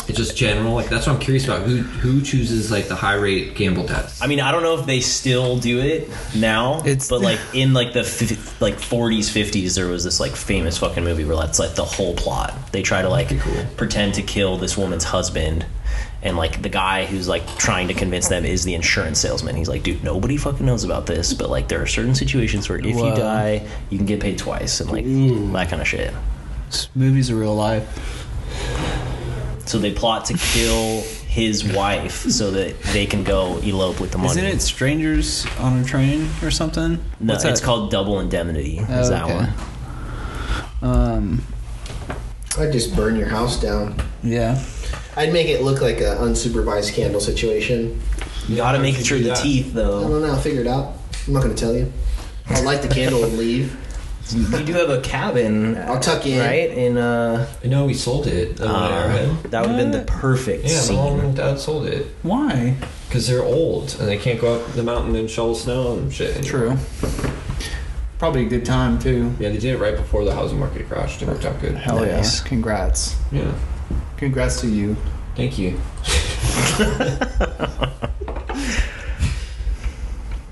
[SPEAKER 4] It's just general. Like that's what I'm curious about. Who who chooses like the high rate gamble death?
[SPEAKER 2] I mean I don't know if they still do it now,
[SPEAKER 7] It's-
[SPEAKER 2] but like in like the fif- like 40s 50s there was this like famous fucking movie where that's like the whole plot. They try to like pretend to kill this woman's husband. And like the guy who's like trying to convince them is the insurance salesman. He's like, dude, nobody fucking knows about this, but like there are certain situations where if
[SPEAKER 7] Wow.
[SPEAKER 2] you die, you can get paid twice and like that kind of shit.
[SPEAKER 7] Movies are real life.
[SPEAKER 2] So they plot to kill his wife so that they can go elope with the money.
[SPEAKER 7] Isn't it Strangers on a Train or something?
[SPEAKER 2] no,
[SPEAKER 7] What's
[SPEAKER 2] it's
[SPEAKER 7] that?
[SPEAKER 2] called double indemnity. Is
[SPEAKER 7] Oh,
[SPEAKER 2] that
[SPEAKER 7] okay.
[SPEAKER 2] one?
[SPEAKER 7] Um,
[SPEAKER 1] I'd just burn your house down.
[SPEAKER 7] yeah.
[SPEAKER 1] I'd make it look like an unsupervised candle situation.
[SPEAKER 2] You gotta make
[SPEAKER 4] should
[SPEAKER 2] sure
[SPEAKER 4] do
[SPEAKER 2] the
[SPEAKER 4] that.
[SPEAKER 2] teeth
[SPEAKER 1] I
[SPEAKER 2] though.
[SPEAKER 1] don't know. I'll figure it out. I'm not going to tell you. I'll light the candle and leave.
[SPEAKER 2] You do have a cabin.
[SPEAKER 1] I'll tuck you in.
[SPEAKER 2] Right? In uh,
[SPEAKER 4] I know we sold it. Uh,
[SPEAKER 2] uh,
[SPEAKER 4] Arrowhead.
[SPEAKER 2] that would have been the
[SPEAKER 7] What?
[SPEAKER 2] perfect
[SPEAKER 4] yeah, my mom
[SPEAKER 2] scene.
[SPEAKER 4] and dad sold it
[SPEAKER 7] Why?
[SPEAKER 4] because they're old and they can't go up the mountain and shovel snow and shit. anymore.
[SPEAKER 7] True. Probably a good time too.
[SPEAKER 4] Yeah, they did it right before the housing market crashed. It worked out good.
[SPEAKER 7] Hell
[SPEAKER 2] Nice.
[SPEAKER 7] yeah! Congrats.
[SPEAKER 4] Yeah.
[SPEAKER 7] Congrats to you.
[SPEAKER 4] Thank you.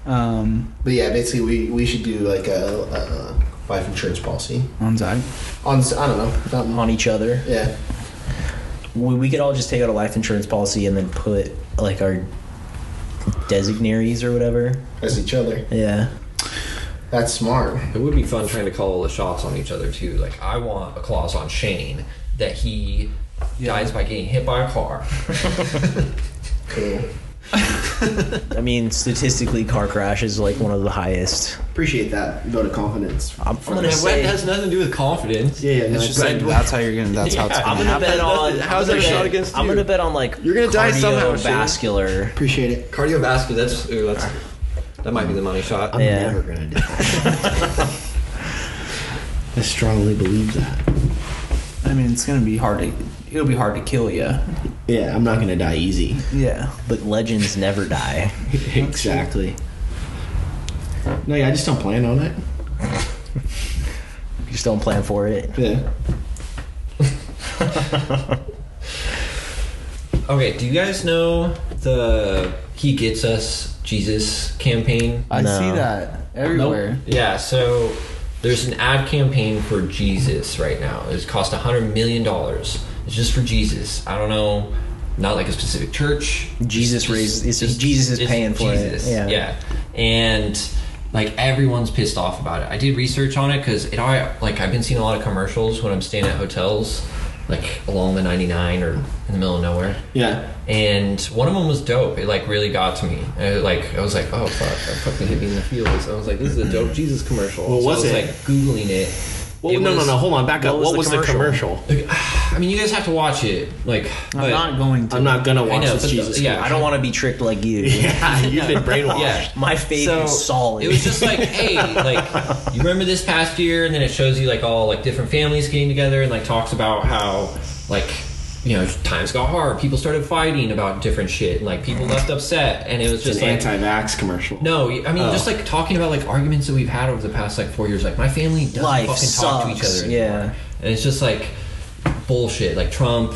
[SPEAKER 7] Um,
[SPEAKER 1] But yeah, basically, we, we should do like a, a life insurance policy
[SPEAKER 7] on Zag.
[SPEAKER 1] on s- I don't know. something.
[SPEAKER 2] On each other,
[SPEAKER 1] yeah,
[SPEAKER 2] we, we could all just take out a life insurance policy and then put like our designaries or whatever.
[SPEAKER 1] as each other.
[SPEAKER 2] Yeah,
[SPEAKER 1] That's smart.
[SPEAKER 4] It would be fun trying to call all the shots on each other too. Like I want a clause on Shane that he dies by getting hit by a car.
[SPEAKER 1] Cool.
[SPEAKER 2] I mean statistically, car crash is like one of the highest.
[SPEAKER 1] Appreciate that vote of confidence.
[SPEAKER 2] I'm, I'm gonna say.
[SPEAKER 4] nothing to do with confidence.
[SPEAKER 3] yeah, yeah. It's just like,
[SPEAKER 7] that's how you're gonna. That's how it's
[SPEAKER 2] I'm gonna
[SPEAKER 7] gonna happen.
[SPEAKER 2] bet on.
[SPEAKER 4] how's
[SPEAKER 2] I'm gonna
[SPEAKER 4] that shot
[SPEAKER 2] bet-
[SPEAKER 4] against
[SPEAKER 2] I'm
[SPEAKER 4] you?
[SPEAKER 2] gonna bet on like
[SPEAKER 3] You're gonna die somehow, Shane.
[SPEAKER 2] Vascular.
[SPEAKER 1] Appreciate it.
[SPEAKER 4] Cardiovascular. That's ooh, that's that might be the money shot.
[SPEAKER 3] I'm
[SPEAKER 2] Yeah.
[SPEAKER 3] never gonna die. I strongly believe that.
[SPEAKER 7] I mean, it's gonna be hard to. It'll be hard to kill you.
[SPEAKER 3] Yeah, I'm not gonna die easy.
[SPEAKER 7] Yeah.
[SPEAKER 2] But legends never die.
[SPEAKER 3] exactly. No, yeah, I just don't plan on it.
[SPEAKER 2] You just don't plan for it.
[SPEAKER 3] Yeah.
[SPEAKER 4] Okay, do you guys know the He Gets Us Jesus campaign?
[SPEAKER 7] I
[SPEAKER 2] No.
[SPEAKER 7] see that everywhere.
[SPEAKER 4] Yeah, so there's an ad campaign for Jesus right now. It's cost hundred million dollars. It's just for Jesus. I don't know, not like a specific church.
[SPEAKER 2] Jesus raised- it's just Jesus is paying for it.
[SPEAKER 4] Jesus.
[SPEAKER 2] Yeah.
[SPEAKER 4] yeah. And Like everyone's pissed off about it. I did research on it because it all like I've been seeing a lot of commercials when I'm staying at hotels, like along the 99 or in the middle of nowhere.
[SPEAKER 3] Yeah.
[SPEAKER 4] And one of them was dope. It like really got to me. And it, like I was like, oh fuck, that fucking hit me in the feels. I was like, this is a dope Jesus commercial.
[SPEAKER 3] What was
[SPEAKER 4] so I was
[SPEAKER 3] it?
[SPEAKER 4] like googling it.
[SPEAKER 3] Well,
[SPEAKER 4] It
[SPEAKER 3] no,
[SPEAKER 4] was-
[SPEAKER 3] no, no. Hold on. Back up.
[SPEAKER 2] was
[SPEAKER 3] What
[SPEAKER 2] the
[SPEAKER 3] was the
[SPEAKER 2] commercial?
[SPEAKER 3] commercial?
[SPEAKER 4] I mean, you guys have to watch it. Like,
[SPEAKER 7] I'm
[SPEAKER 4] but-
[SPEAKER 7] not going to.
[SPEAKER 3] I'm not gonna
[SPEAKER 4] I
[SPEAKER 3] watch
[SPEAKER 4] know,
[SPEAKER 3] this
[SPEAKER 4] but the-
[SPEAKER 3] Jesus.
[SPEAKER 4] yeah,
[SPEAKER 2] I don't want to be tricked like you.
[SPEAKER 3] Yeah, you've been brainwashed.
[SPEAKER 4] Yeah.
[SPEAKER 2] My faith
[SPEAKER 4] So,
[SPEAKER 2] is solid.
[SPEAKER 4] It was just like, hey, like you remember this past year, and then it shows you like all like different families getting together and like talks about how like you know times got hard, people started fighting about different shit, and like people left upset, and it was
[SPEAKER 3] It's
[SPEAKER 4] just
[SPEAKER 3] an
[SPEAKER 4] like.
[SPEAKER 3] anti-vax commercial.
[SPEAKER 4] no, I mean
[SPEAKER 3] Oh.
[SPEAKER 4] just like talking about like arguments that we've had over the past like four years. Like my family doesn't
[SPEAKER 2] Life
[SPEAKER 4] fucking talk to each
[SPEAKER 2] sucks,
[SPEAKER 4] other.
[SPEAKER 2] yeah.
[SPEAKER 4] anymore. and it's just like bullshit. Like Trump,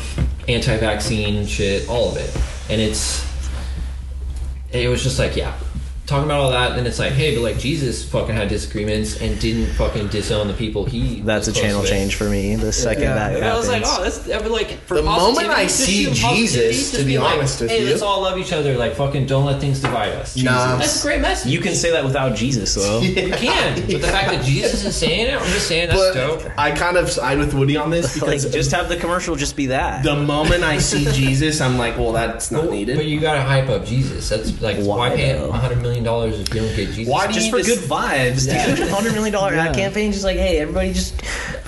[SPEAKER 4] anti-vaccine shit, all of it. And it's it was just like yeah talking about all that and then it's like hey but like jesus fucking had disagreements and didn't fucking disown the people he
[SPEAKER 2] That's a
[SPEAKER 4] was close
[SPEAKER 2] channel
[SPEAKER 4] with.
[SPEAKER 2] change for me. The second
[SPEAKER 7] Yeah.
[SPEAKER 2] that
[SPEAKER 4] and
[SPEAKER 2] happens,
[SPEAKER 4] I was like, oh, that's I mean, like for
[SPEAKER 1] The moment I
[SPEAKER 4] positivity, just
[SPEAKER 1] see
[SPEAKER 4] even positivity,
[SPEAKER 1] Jesus,
[SPEAKER 4] just
[SPEAKER 1] to be
[SPEAKER 4] being like,
[SPEAKER 1] honest with
[SPEAKER 4] hey,
[SPEAKER 1] you-
[SPEAKER 4] let's all love each other. Like, fucking, don't let things divide us.
[SPEAKER 1] Nah.
[SPEAKER 4] that's a great message.
[SPEAKER 2] you can say that without Jesus, though.
[SPEAKER 4] You can, but the fact that Jesus is saying it, I'm just saying that's dope.
[SPEAKER 1] But I kind of side with Woody on this
[SPEAKER 2] like,
[SPEAKER 1] because
[SPEAKER 2] just have the commercial just be that.
[SPEAKER 1] the moment I see Jesus, I'm like, well, that's not needed.
[SPEAKER 4] But you gotta hype up Jesus. That's like
[SPEAKER 2] Why,
[SPEAKER 4] why, pay
[SPEAKER 2] though?
[SPEAKER 4] a hundred million dollars if you don't get Jesus?
[SPEAKER 1] Why do
[SPEAKER 2] just
[SPEAKER 1] you
[SPEAKER 2] for
[SPEAKER 1] just-
[SPEAKER 2] good vibes, dude. Hundred million dollar ad campaign, just like, hey, everybody, just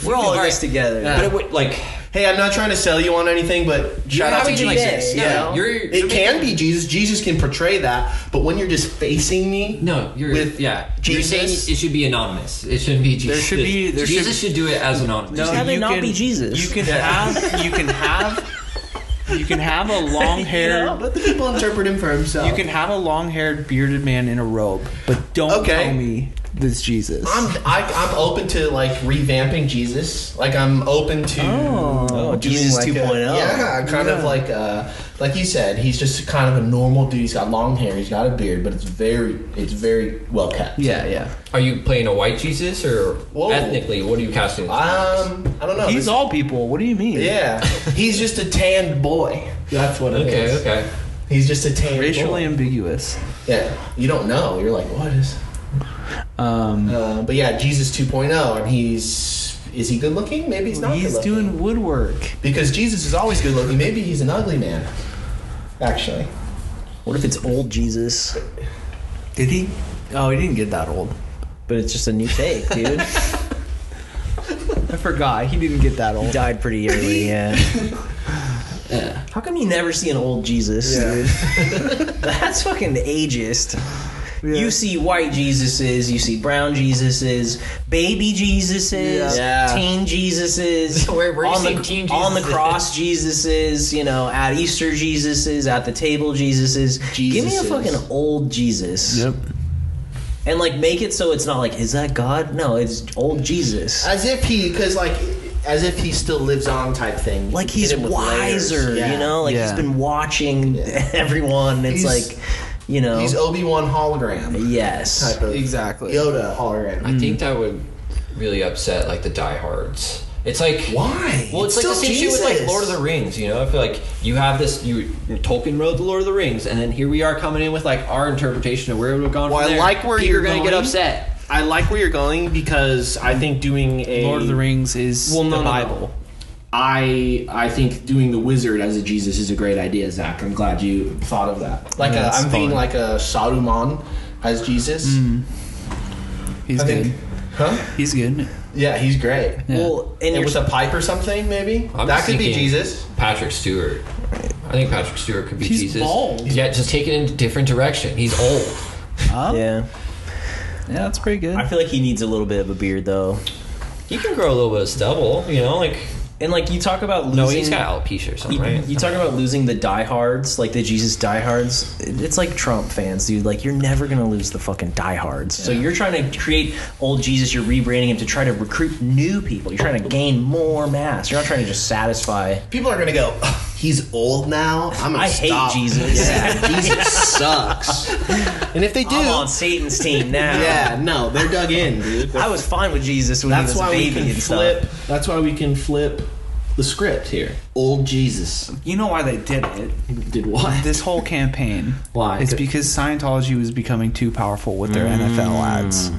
[SPEAKER 2] we're all in this together.
[SPEAKER 4] But it would like
[SPEAKER 1] hey, I'm not trying to sell you on anything, but shout out to
[SPEAKER 4] having,
[SPEAKER 1] Jesus.
[SPEAKER 4] like,
[SPEAKER 1] yeah,
[SPEAKER 4] yeah, you're-
[SPEAKER 1] it
[SPEAKER 4] you're
[SPEAKER 1] can be Jesus. Jesus can portray that, but when you're just facing me,
[SPEAKER 4] No, you're
[SPEAKER 1] with
[SPEAKER 4] yeah.
[SPEAKER 1] Jesus,
[SPEAKER 4] You're saying it should be anonymous. It shouldn't be Jesus.
[SPEAKER 7] should be- there should
[SPEAKER 4] Jesus should, do it as anonymous.
[SPEAKER 7] No,
[SPEAKER 2] have it
[SPEAKER 7] you
[SPEAKER 2] not
[SPEAKER 7] can-
[SPEAKER 2] be Jesus.
[SPEAKER 7] You can have. You can have. You can have a long haired.
[SPEAKER 1] yeah, let the people interpret him for himself.
[SPEAKER 7] You can have a long haired bearded man in a robe, but don't
[SPEAKER 1] Okay.
[SPEAKER 7] tell me this Jesus.
[SPEAKER 1] I'm I, I'm open to like revamping Jesus. Like I'm open to
[SPEAKER 2] Oh, Jesus
[SPEAKER 1] like, a-
[SPEAKER 2] 2.0.
[SPEAKER 1] yeah, kind of like uh like you said, he's just kind of a normal dude. He's got long hair, he's got a beard, but it's very it's very well kept.
[SPEAKER 7] yeah, yeah.
[SPEAKER 4] Are you playing a white Jesus or
[SPEAKER 1] Whoa.
[SPEAKER 4] ethnically? What are you casting?
[SPEAKER 1] Um, I
[SPEAKER 2] Oh,
[SPEAKER 1] don't know.
[SPEAKER 7] He's
[SPEAKER 1] This-
[SPEAKER 7] all people. What do you mean?
[SPEAKER 1] yeah, he's just a tanned boy. That's what it is.
[SPEAKER 4] okay, okay.
[SPEAKER 1] He's just a tanned
[SPEAKER 7] Racially
[SPEAKER 1] boy.
[SPEAKER 7] ambiguous.
[SPEAKER 1] yeah, you don't know. You're like, what is?
[SPEAKER 7] Um,
[SPEAKER 1] Uh, but yeah, Jesus 2.0, and he's is he good looking? Maybe he's not.
[SPEAKER 7] he's
[SPEAKER 1] good looking.
[SPEAKER 7] doing woodwork.
[SPEAKER 1] because Jesus is always good looking. Maybe he's an ugly man. Actually,
[SPEAKER 2] What if it's old Jesus,
[SPEAKER 7] Did he? Oh, he didn't get that old.
[SPEAKER 2] but it's just a new take, dude?
[SPEAKER 7] I forgot. He didn't get that
[SPEAKER 2] he
[SPEAKER 7] old.
[SPEAKER 2] died pretty early, yeah. How come you never see an old Jesus, dude? That's fucking ageist. You see white Jesuses, you see brown Jesuses, baby Jesuses,
[SPEAKER 1] Yeah.
[SPEAKER 2] teen Jesuses,
[SPEAKER 4] Where- where you
[SPEAKER 2] on, the,
[SPEAKER 4] seeing teen
[SPEAKER 2] on the
[SPEAKER 4] Jesuses?
[SPEAKER 2] cross Jesuses, you know, at Easter Jesuses, at the table Jesuses. Give me a
[SPEAKER 1] Jesuses.
[SPEAKER 2] fucking old Jesus. And like make it so it's not like, is that God? No, it's old Jesus.
[SPEAKER 1] as if he, because like, as if he still lives on type thing.
[SPEAKER 2] like
[SPEAKER 1] You can
[SPEAKER 2] he's
[SPEAKER 1] hit him with layers.
[SPEAKER 2] wiser,
[SPEAKER 1] Yeah.
[SPEAKER 2] you know. Like
[SPEAKER 7] Yeah.
[SPEAKER 2] he's been watching everyone. It's
[SPEAKER 1] He's-
[SPEAKER 2] like, you know,
[SPEAKER 1] He's Obi Wan hologram
[SPEAKER 2] yes,
[SPEAKER 1] type of
[SPEAKER 7] Exactly.
[SPEAKER 1] Yoda hologram.
[SPEAKER 4] I think that would really upset like the diehards. It's like
[SPEAKER 1] Why?
[SPEAKER 4] Well, it's, like the
[SPEAKER 1] still
[SPEAKER 4] same shit with like
[SPEAKER 1] Jesus.
[SPEAKER 4] Lord of the Rings. You know, I feel like you have this. You Tolkien wrote the Lord of the Rings, and then here we are coming in with like our interpretation of where it would have gone.
[SPEAKER 3] Well,
[SPEAKER 4] from
[SPEAKER 3] I
[SPEAKER 4] there.
[SPEAKER 3] like where
[SPEAKER 4] People
[SPEAKER 3] you're
[SPEAKER 4] are gonna get
[SPEAKER 3] going.
[SPEAKER 4] upset.
[SPEAKER 3] I like where you're going because I think doing a
[SPEAKER 7] Lord of the Rings is
[SPEAKER 3] Well, no,
[SPEAKER 7] the
[SPEAKER 3] no, no.
[SPEAKER 7] Bible.
[SPEAKER 3] I I think doing the wizard as a Jesus is a great idea, Zach. I'm glad you
[SPEAKER 1] thought of that. Like
[SPEAKER 7] Yeah,
[SPEAKER 1] a,
[SPEAKER 7] it's
[SPEAKER 1] I'm thinking
[SPEAKER 7] fun.
[SPEAKER 1] like a Saruman as Jesus.
[SPEAKER 7] He's
[SPEAKER 1] I
[SPEAKER 7] good.
[SPEAKER 1] think, huh?
[SPEAKER 7] He's good.
[SPEAKER 1] Yeah, he's great.
[SPEAKER 2] well, and
[SPEAKER 1] And
[SPEAKER 2] you're
[SPEAKER 1] with a pipe or something, maybe
[SPEAKER 4] I'm
[SPEAKER 1] that
[SPEAKER 4] just
[SPEAKER 1] could be
[SPEAKER 4] thinking
[SPEAKER 1] Jesus.
[SPEAKER 4] Patrick Stewart. I think Patrick Stewart could be
[SPEAKER 7] He's
[SPEAKER 4] Jesus.
[SPEAKER 7] bald.
[SPEAKER 4] Yeah, just take it in a different direction. He's old.
[SPEAKER 7] Huh? Yeah.
[SPEAKER 2] yeah.
[SPEAKER 7] that's pretty good.
[SPEAKER 2] I feel like he needs a little bit of a beard though,
[SPEAKER 4] He can grow a little bit of stubble. You know, like
[SPEAKER 2] and like you talk about losing.
[SPEAKER 4] no, he's got alopecia or something,
[SPEAKER 2] you,
[SPEAKER 4] right?
[SPEAKER 2] you talk about losing the diehards, like the Jesus diehards. It- It's like Trump fans, dude. Like you're never gonna lose the fucking diehards. So you're trying to create old Jesus. You're rebranding him to try to recruit new people. You're trying to gain more mass. You're not trying to just satisfy.
[SPEAKER 1] People are gonna go. "Ugh, He's old now. I'm gonna
[SPEAKER 2] I hate
[SPEAKER 1] stop.
[SPEAKER 2] Jesus.
[SPEAKER 1] Yeah, Jesus sucks. And if they do,
[SPEAKER 2] I'm on Satan's team now.
[SPEAKER 1] yeah, no, they're dug in, dude.
[SPEAKER 2] I was fine with Jesus when
[SPEAKER 3] That's
[SPEAKER 2] he was
[SPEAKER 3] why
[SPEAKER 2] a
[SPEAKER 3] we
[SPEAKER 2] baby
[SPEAKER 3] can
[SPEAKER 2] and
[SPEAKER 3] flip.
[SPEAKER 2] stuff.
[SPEAKER 3] That's why we can flip
[SPEAKER 1] the script here. Old Jesus
[SPEAKER 7] You know why they did it?
[SPEAKER 1] did what?
[SPEAKER 7] This whole campaign.
[SPEAKER 1] Why?
[SPEAKER 7] It's because Scientology was becoming too powerful with their NFL ads.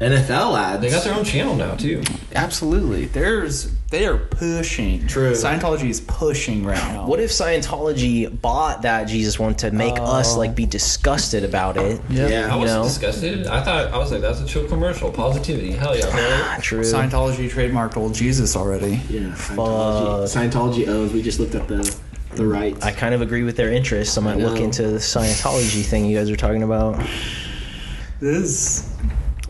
[SPEAKER 1] NFL ads.
[SPEAKER 4] They got their own channel now too.
[SPEAKER 7] Absolutely. There's they are pushing. True. Scientology is pushing right now.
[SPEAKER 2] What if Scientology bought that Jesus one to
[SPEAKER 3] Oh.
[SPEAKER 2] make us like be disgusted about it?
[SPEAKER 7] Yep.
[SPEAKER 1] yeah.
[SPEAKER 4] I
[SPEAKER 2] You
[SPEAKER 4] wasn't
[SPEAKER 2] know?
[SPEAKER 4] disgusted. I thought I was like, that's a chill commercial. Positivity. Hell yeah. brother.
[SPEAKER 2] Ah, True.
[SPEAKER 7] Scientology trademarked old Jesus already.
[SPEAKER 1] Yeah, Scientology. Scientology owns. We just looked up the the rights.
[SPEAKER 2] I kind of agree with their interests. I might look
[SPEAKER 1] know.
[SPEAKER 2] into the Scientology thing you guys are talking about.
[SPEAKER 7] This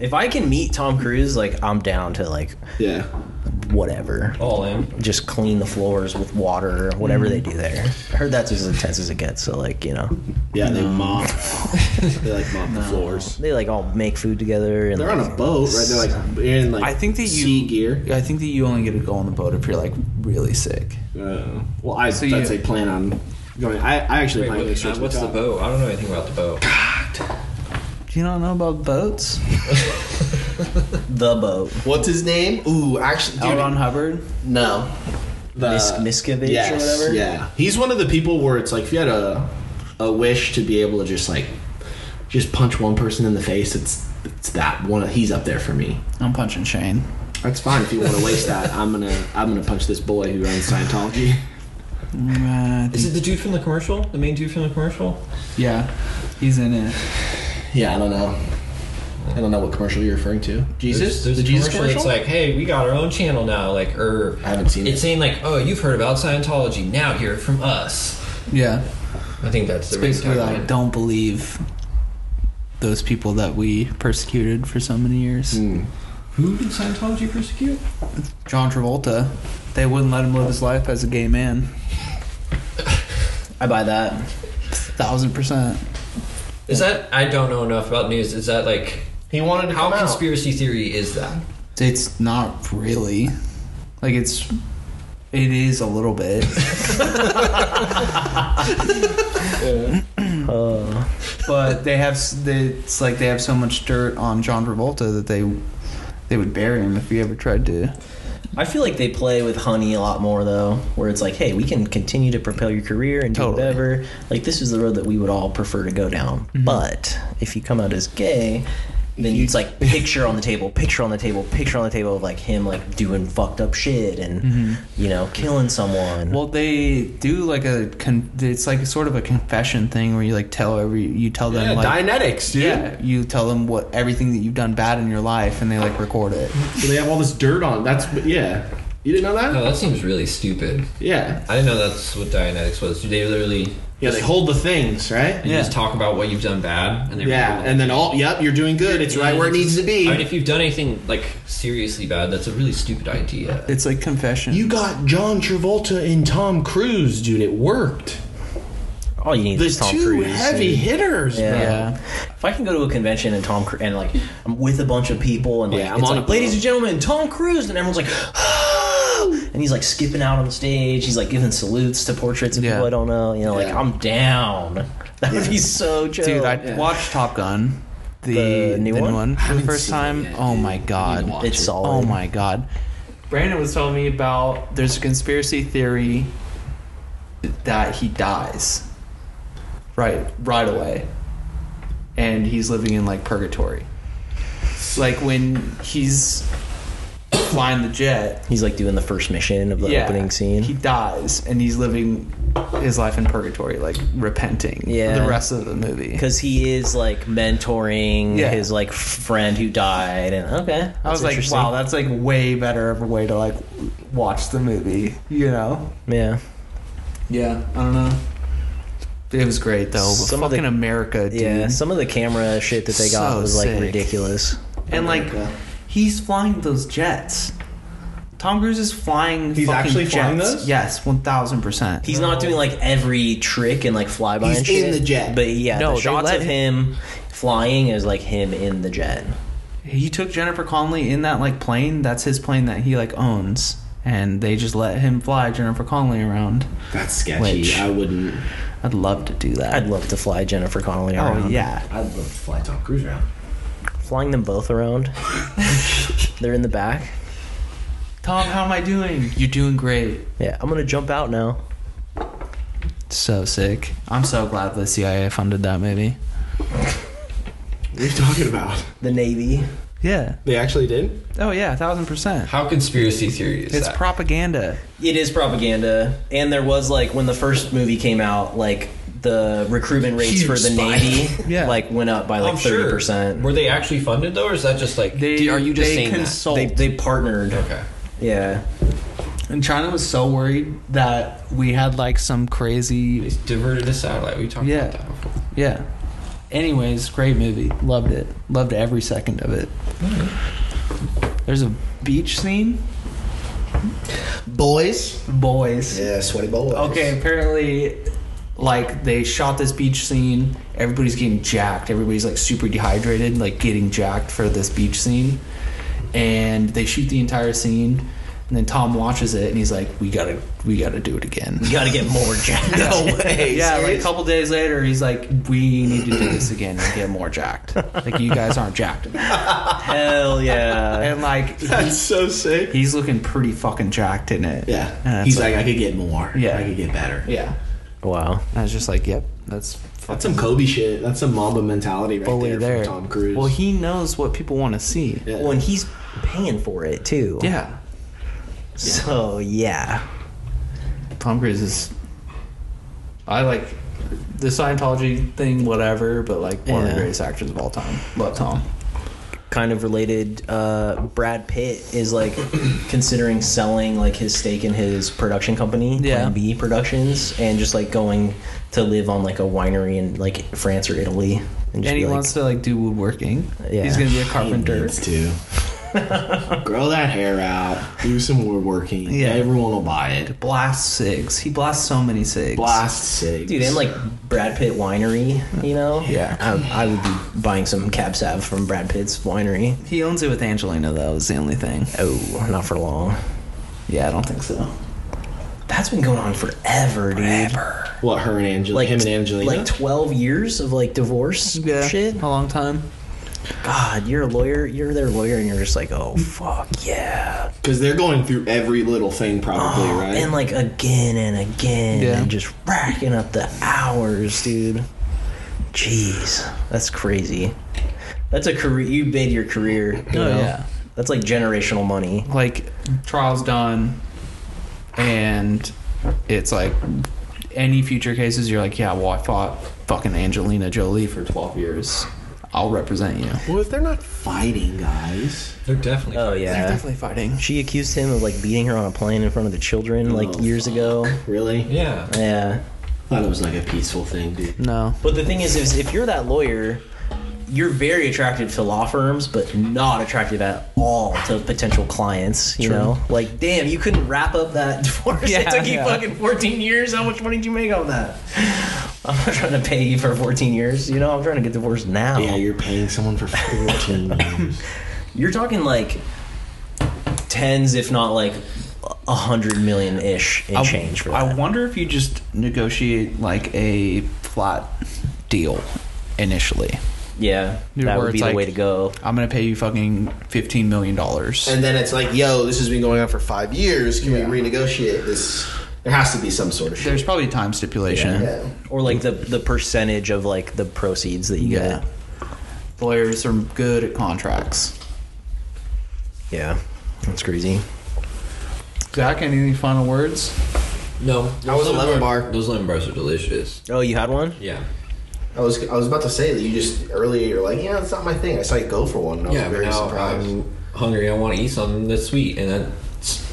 [SPEAKER 2] If I can meet Tom Cruise, like I'm down to like
[SPEAKER 1] yeah,
[SPEAKER 2] whatever.
[SPEAKER 4] All in.
[SPEAKER 2] Just clean the floors with water or whatever they do
[SPEAKER 1] Mm.
[SPEAKER 2] there. I heard that's as intense as it gets. So like you know,
[SPEAKER 1] yeah. They mop. they like mop the floors.
[SPEAKER 2] they like all make food together and
[SPEAKER 1] They're on
[SPEAKER 2] like,
[SPEAKER 1] a boat, right? They're like in like
[SPEAKER 7] I think that you
[SPEAKER 1] sea gear.
[SPEAKER 7] I think that you only get to go on the boat if you're like really sick.
[SPEAKER 1] Uh, well, I
[SPEAKER 7] So
[SPEAKER 1] I'd
[SPEAKER 7] you-
[SPEAKER 1] say plan on going. I, I actually
[SPEAKER 4] Wait,
[SPEAKER 1] plan on
[SPEAKER 4] what-
[SPEAKER 1] going straight
[SPEAKER 4] uh,
[SPEAKER 1] to
[SPEAKER 4] what's the
[SPEAKER 1] top.
[SPEAKER 4] bow? I don't know anything about the bow.
[SPEAKER 7] Do you not know about boats?
[SPEAKER 2] the boat.
[SPEAKER 10] What's his name? Ooh, actually, dude,
[SPEAKER 7] L. Ron Hubbard.
[SPEAKER 10] no.
[SPEAKER 1] The-
[SPEAKER 2] Mis- Miscavige
[SPEAKER 1] yes,
[SPEAKER 2] or whatever?
[SPEAKER 1] Yeah, he's one of the people where it's like if you had a a wish to be able to just like just punch one person in the face, it's it's that one. He's up there for me.
[SPEAKER 7] I'm punching Shane.
[SPEAKER 1] That's fine if you want to waste that. I'm gonna I'm gonna punch this boy who runs Scientology.
[SPEAKER 7] Uh,
[SPEAKER 4] Is it the dude from the commercial? The main dude from the commercial?
[SPEAKER 7] yeah, he's in it.
[SPEAKER 1] Yeah, I don't know. I don't know what commercial you're referring to. Jesus, the
[SPEAKER 4] There's, there's a
[SPEAKER 1] Jesus
[SPEAKER 4] commercial
[SPEAKER 1] commercial.
[SPEAKER 4] that's like, hey, we got our own channel now. Like, or
[SPEAKER 1] I haven't seen
[SPEAKER 4] it's saying like, oh, you've heard about Scientology. Now hear it from us.
[SPEAKER 7] Yeah,
[SPEAKER 4] I think that's the
[SPEAKER 7] basically
[SPEAKER 4] right
[SPEAKER 7] like
[SPEAKER 4] tagline.
[SPEAKER 7] don't believe those people that we persecuted for so many years.
[SPEAKER 1] Hmm.
[SPEAKER 4] Who did Scientology persecute?
[SPEAKER 7] John Travolta, they wouldn't let him live his life as a gay man.
[SPEAKER 2] I buy that.
[SPEAKER 7] Thousand percent.
[SPEAKER 4] Is that I don't know enough about news. Is that like
[SPEAKER 10] He wanted to
[SPEAKER 4] how
[SPEAKER 10] come out.
[SPEAKER 4] conspiracy theory is that?
[SPEAKER 7] It's not really like it's. It is a little bit.
[SPEAKER 2] Uh,
[SPEAKER 7] but they have s- they, it's like they have so much dirt on John Travolta that they they would bury him if he ever tried to.
[SPEAKER 2] I feel like they play with honey a lot more though, where it's like, hey, we can continue to propel your career and do
[SPEAKER 7] Totally.
[SPEAKER 2] whatever. Like this is the road that we would all prefer to go down.
[SPEAKER 1] Mm-hmm.
[SPEAKER 2] But if you come out as gay, then it's like picture on the table, picture on the table, picture on the table of like him like doing fucked up shit and
[SPEAKER 1] Mm-hmm.
[SPEAKER 2] you know killing someone.
[SPEAKER 7] Well, they do like a con- it's like sort of a confession thing where you like tell every you tell them
[SPEAKER 1] yeah,
[SPEAKER 7] like
[SPEAKER 1] Dianetics. Dude.
[SPEAKER 7] yeah you tell them what everything that you've done bad in your life and they like record it.
[SPEAKER 1] So they have all this dirt on. That's yeah. You didn't know that?
[SPEAKER 4] No, Oh, that seems really stupid.
[SPEAKER 1] Yeah.
[SPEAKER 4] I didn't know that's what Dianetics was. Do they literally
[SPEAKER 1] Yeah, they hold the things right.
[SPEAKER 4] you
[SPEAKER 7] Yeah.
[SPEAKER 4] just talk about what you've done bad and they
[SPEAKER 1] Yeah, and then all. Yep, you're doing good. It's right where it needs to
[SPEAKER 4] I mean,
[SPEAKER 1] be.
[SPEAKER 4] if you've done anything like seriously bad, that's a really stupid idea.
[SPEAKER 7] It's like confession.
[SPEAKER 1] You got John Travolta and Tom Cruise, dude. It worked.
[SPEAKER 2] all you need
[SPEAKER 1] The
[SPEAKER 2] is Tom
[SPEAKER 1] two
[SPEAKER 2] Cruise.
[SPEAKER 1] heavy hitters.
[SPEAKER 2] Yeah.
[SPEAKER 1] bro.
[SPEAKER 7] yeah.
[SPEAKER 2] If I can go to a convention and Tom Cruise, and like I'm with a bunch of people and like,
[SPEAKER 1] Yeah, I'm
[SPEAKER 2] it's
[SPEAKER 1] on
[SPEAKER 2] like,
[SPEAKER 1] a-
[SPEAKER 2] ladies and gentlemen, Tom Cruise, and everyone's like, "Oh!" and he's like skipping out on the stage. He's like giving salutes to portraits of
[SPEAKER 7] Yeah.
[SPEAKER 2] people I don't know. You know, like
[SPEAKER 1] Yeah.
[SPEAKER 2] I'm down. That would be so chill.
[SPEAKER 7] Dude, I
[SPEAKER 1] Yeah.
[SPEAKER 7] watched Top Gun, the,
[SPEAKER 2] The new
[SPEAKER 7] new
[SPEAKER 2] one?
[SPEAKER 7] one, for the
[SPEAKER 1] haven't
[SPEAKER 7] first
[SPEAKER 1] seen it
[SPEAKER 7] time.
[SPEAKER 1] yet,
[SPEAKER 7] oh
[SPEAKER 1] dude.
[SPEAKER 7] my god,
[SPEAKER 1] watch
[SPEAKER 2] It's it. solid.
[SPEAKER 7] Oh my god. Brandon was telling me about there's a conspiracy theory that he dies right right away, and he's living in like purgatory. Like when he's flying the jet,
[SPEAKER 2] he's like doing the first mission of the opening scene.
[SPEAKER 7] he dies and he's living his life in purgatory, like repenting.
[SPEAKER 2] Yeah.
[SPEAKER 7] the rest of the movie.
[SPEAKER 2] because he is like mentoring
[SPEAKER 7] Yeah.
[SPEAKER 2] his like friend who died, and okay,
[SPEAKER 7] I was
[SPEAKER 2] that's
[SPEAKER 7] like,
[SPEAKER 2] interesting.
[SPEAKER 7] wow, that's like way better of a way to like watch the movie, you know?
[SPEAKER 2] yeah,
[SPEAKER 7] Yeah, I don't know. It was great though.
[SPEAKER 2] Some of the-
[SPEAKER 7] Fucking America, dude.
[SPEAKER 2] yeah. Some of the camera shit that they got
[SPEAKER 7] So
[SPEAKER 2] was like
[SPEAKER 7] sick.
[SPEAKER 2] ridiculous.
[SPEAKER 7] and like,
[SPEAKER 1] America.
[SPEAKER 7] he's flying those jets. Tom Cruise is flying.
[SPEAKER 1] He's
[SPEAKER 7] fucking
[SPEAKER 1] actually
[SPEAKER 7] jets.
[SPEAKER 1] flying those?
[SPEAKER 7] Yes, one thousand percent.
[SPEAKER 2] He's not doing like every trick and like flyby
[SPEAKER 1] He's
[SPEAKER 2] and shit.
[SPEAKER 1] in the jet.
[SPEAKER 2] But yeah,
[SPEAKER 7] No,
[SPEAKER 2] the
[SPEAKER 7] they
[SPEAKER 2] shots
[SPEAKER 7] let
[SPEAKER 2] of him flying is like him in the jet.
[SPEAKER 7] He took Jennifer Connelly in that like plane. That's his plane that he like owns, and they just let him fly Jennifer Connelly around.
[SPEAKER 1] That's sketchy.
[SPEAKER 7] Which-
[SPEAKER 1] I wouldn't.
[SPEAKER 7] I'd love to do that.
[SPEAKER 2] I'd love to fly Jennifer Connelly around.
[SPEAKER 7] oh yeah.
[SPEAKER 1] I'd love to fly Tom Cruise around.
[SPEAKER 2] Flying them both around. They're in the back.
[SPEAKER 7] Tom, how am I doing? You're doing great.
[SPEAKER 2] Yeah, I'm gonna jump out now.
[SPEAKER 7] So sick. I'm so glad the CIA funded that movie.
[SPEAKER 3] What are you talking about?
[SPEAKER 2] The Navy.
[SPEAKER 7] Yeah.
[SPEAKER 3] They actually did?
[SPEAKER 7] Oh yeah, thousand percent.
[SPEAKER 4] How conspiracy theory is
[SPEAKER 7] It's
[SPEAKER 4] that?
[SPEAKER 7] propaganda.
[SPEAKER 2] It is propaganda, and there was like when the first movie came out, like the recruitment rates
[SPEAKER 4] Huge
[SPEAKER 2] for the
[SPEAKER 4] spike.
[SPEAKER 2] Navy,
[SPEAKER 7] Yeah.
[SPEAKER 2] like went up by like
[SPEAKER 4] Oh, I'm sure.
[SPEAKER 2] thirty percent.
[SPEAKER 4] Were they actually funded though, or is that just like? do- are you just
[SPEAKER 7] they
[SPEAKER 4] saying
[SPEAKER 7] consult.
[SPEAKER 2] They they partnered.
[SPEAKER 4] that? Okay.
[SPEAKER 2] Yeah,
[SPEAKER 7] And China was so worried that we had like some crazy.
[SPEAKER 4] It's diverted a satellite. We talked
[SPEAKER 7] Yeah.
[SPEAKER 4] about that before.
[SPEAKER 7] Yeah. Anyways, great movie. Loved it. Loved every second of it. There's a beach scene.
[SPEAKER 1] Boys.
[SPEAKER 7] Boys.
[SPEAKER 1] Yeah, sweaty boys.
[SPEAKER 7] Okay, apparently, like they shot this beach scene. Everybody's getting jacked. Everybody's like super dehydrated, like getting jacked for this beach scene. And they shoot the entire scene, and then Tom watches it and he's like, "We gotta, we gotta do it again."
[SPEAKER 2] you gotta get more jacked.
[SPEAKER 1] No way.
[SPEAKER 7] yeah, like a
[SPEAKER 1] serious?
[SPEAKER 7] couple days later, he's like, "We need to do this again and get more jacked. Like you guys aren't jacked." enough."
[SPEAKER 2] Hell yeah.
[SPEAKER 7] And like he-
[SPEAKER 3] That's so sick.
[SPEAKER 7] he's looking pretty fucking jacked in it.
[SPEAKER 3] Yeah.
[SPEAKER 7] And
[SPEAKER 3] He's
[SPEAKER 7] it's
[SPEAKER 3] like, I could get more.
[SPEAKER 7] Yeah.
[SPEAKER 3] I could get better.
[SPEAKER 7] "Yeah."
[SPEAKER 2] Wow.
[SPEAKER 7] I was just like, "Yep, that's
[SPEAKER 3] That's some Kobe shit. That's some Mamba mentality right
[SPEAKER 7] fully
[SPEAKER 3] there,
[SPEAKER 7] there."
[SPEAKER 3] from Tom Cruise.
[SPEAKER 7] Well, he knows what people want to see.
[SPEAKER 3] Yeah.
[SPEAKER 2] Well, Oh, and he's paying for it too.
[SPEAKER 7] Yeah.
[SPEAKER 2] So yeah.
[SPEAKER 7] Tom Cruise is. I like the Scientology thing, whatever, but like one of
[SPEAKER 2] Yeah.
[SPEAKER 7] the greatest actors of all time. Love Tom.
[SPEAKER 2] kind of related uh, brad pitt is like considering selling like his stake in his production company
[SPEAKER 7] Yeah.
[SPEAKER 2] Plan b productions and just like going to live on like a winery in like france or italy and just
[SPEAKER 7] And he
[SPEAKER 2] be, like,
[SPEAKER 7] wants to like do woodworking.
[SPEAKER 2] Yeah.
[SPEAKER 7] He's gonna be a
[SPEAKER 3] He
[SPEAKER 7] carpenter.
[SPEAKER 3] needs to. Grow that hair out. Do some woodworking.
[SPEAKER 7] Yeah.
[SPEAKER 3] Everyone will buy it.
[SPEAKER 7] Blast cigs. He blasts so many cigs.
[SPEAKER 3] Blast cigs.
[SPEAKER 2] dude and like brad pitt winery you know
[SPEAKER 7] Yeah.
[SPEAKER 2] i, I would be buying some cab sav from brad pitt's winery
[SPEAKER 7] He owns it with Angelina though. Is the only thing.
[SPEAKER 2] oh not for long
[SPEAKER 7] Yeah, I don't think so.
[SPEAKER 2] that's been going on forever dude
[SPEAKER 3] what her and Angela,
[SPEAKER 2] like
[SPEAKER 3] him and Angelina.
[SPEAKER 2] like 12 years of like divorce
[SPEAKER 7] Yeah,
[SPEAKER 2] shit
[SPEAKER 7] a long time.
[SPEAKER 2] God, you're a lawyer. You're their lawyer, and you're just like, oh fuck yeah,
[SPEAKER 3] Because they're going through every little thing, probably,
[SPEAKER 1] Ah,
[SPEAKER 2] Oh,
[SPEAKER 3] right?
[SPEAKER 2] and like again and again,
[SPEAKER 7] Yeah.
[SPEAKER 2] and just racking up the hours, dude. Jeez, that's crazy. That's a career. You made your career. You
[SPEAKER 7] Oh,
[SPEAKER 2] know?
[SPEAKER 7] yeah.
[SPEAKER 2] That's like generational money.
[SPEAKER 7] Like trials done, and it's like any future cases. You're like, yeah, well, I fought fucking Angelina Jolie for 12 years. I'll represent you.
[SPEAKER 3] well, if they're not fighting, guys.
[SPEAKER 4] They're definitely.
[SPEAKER 2] Oh yeah.
[SPEAKER 7] fighting.
[SPEAKER 2] She accused him of like beating her on a plane in front of the children like
[SPEAKER 3] Oh,
[SPEAKER 2] years ago.
[SPEAKER 3] Really?
[SPEAKER 4] yeah.
[SPEAKER 2] Yeah.
[SPEAKER 3] thought it was like a peaceful thing, dude.
[SPEAKER 7] No.
[SPEAKER 2] But the thing is, is if you're that lawyer, you're very attractive to law firms, but not attractive at all to potential clients. You know, like damn, you couldn't wrap up that divorce. it
[SPEAKER 7] Yeah,
[SPEAKER 2] took you
[SPEAKER 7] yeah.
[SPEAKER 2] fucking 14 years. How much money did you make on that? I'm not trying to pay you for 14 years. You know, I'm trying to get divorced now.
[SPEAKER 3] Yeah, you're paying someone for 14 years.
[SPEAKER 2] You're talking like tens, if not like a hundred million ish in
[SPEAKER 7] I-
[SPEAKER 2] change for that.
[SPEAKER 7] I wonder if you just negotiate like a flat deal initially.
[SPEAKER 2] yeah,
[SPEAKER 7] Dude,
[SPEAKER 2] that
[SPEAKER 7] where
[SPEAKER 2] would be
[SPEAKER 7] it's
[SPEAKER 2] the
[SPEAKER 7] like-
[SPEAKER 2] way to go.
[SPEAKER 7] I'm gonna pay you fucking fifteen million dollars.
[SPEAKER 1] And then it's like, yo, this has been going on for five years. Can we renegotiate this? There has to be some sort of shit.
[SPEAKER 7] There's probably a time stipulation.
[SPEAKER 1] Yeah.
[SPEAKER 2] Or like the the percentage of like the proceeds that you
[SPEAKER 7] Yeah.
[SPEAKER 2] get.
[SPEAKER 7] Lawyers are good at contracts.
[SPEAKER 2] Yeah, that's crazy.
[SPEAKER 7] Zach, any final words?
[SPEAKER 4] No.
[SPEAKER 1] I was a lemon bar.
[SPEAKER 4] Those lemon bars are delicious.
[SPEAKER 2] Oh, you had one?
[SPEAKER 4] Yeah.
[SPEAKER 1] I was I was about to say that you just earlier you're like, yeah, that's not my thing. I saw you go for one. And I was
[SPEAKER 4] yeah. But
[SPEAKER 1] very
[SPEAKER 4] now
[SPEAKER 1] surprised.
[SPEAKER 3] um,
[SPEAKER 4] I'm hungry. I want to eat something that's sweet and that's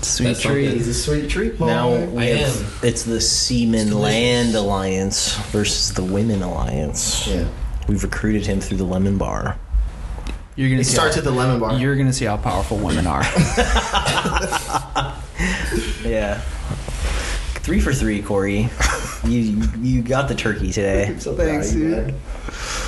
[SPEAKER 7] Sweet
[SPEAKER 4] that's something.
[SPEAKER 7] treat.
[SPEAKER 1] He's a sweet treat boy.
[SPEAKER 2] Now we
[SPEAKER 4] I
[SPEAKER 2] have,
[SPEAKER 4] am.
[SPEAKER 2] it's the Seaman Land Alliance versus the Women Alliance.
[SPEAKER 1] yeah.
[SPEAKER 2] We've recruited him through the Lemon Bar.
[SPEAKER 7] You're gonna
[SPEAKER 1] It
[SPEAKER 7] see
[SPEAKER 1] starts
[SPEAKER 7] how,
[SPEAKER 1] at the lemon bar.
[SPEAKER 7] You're gonna see how powerful women are.
[SPEAKER 2] Yeah. Three for three, Corey. you you got the turkey today.
[SPEAKER 1] so
[SPEAKER 7] Thanks,
[SPEAKER 1] proud of you,
[SPEAKER 7] dude.
[SPEAKER 1] man.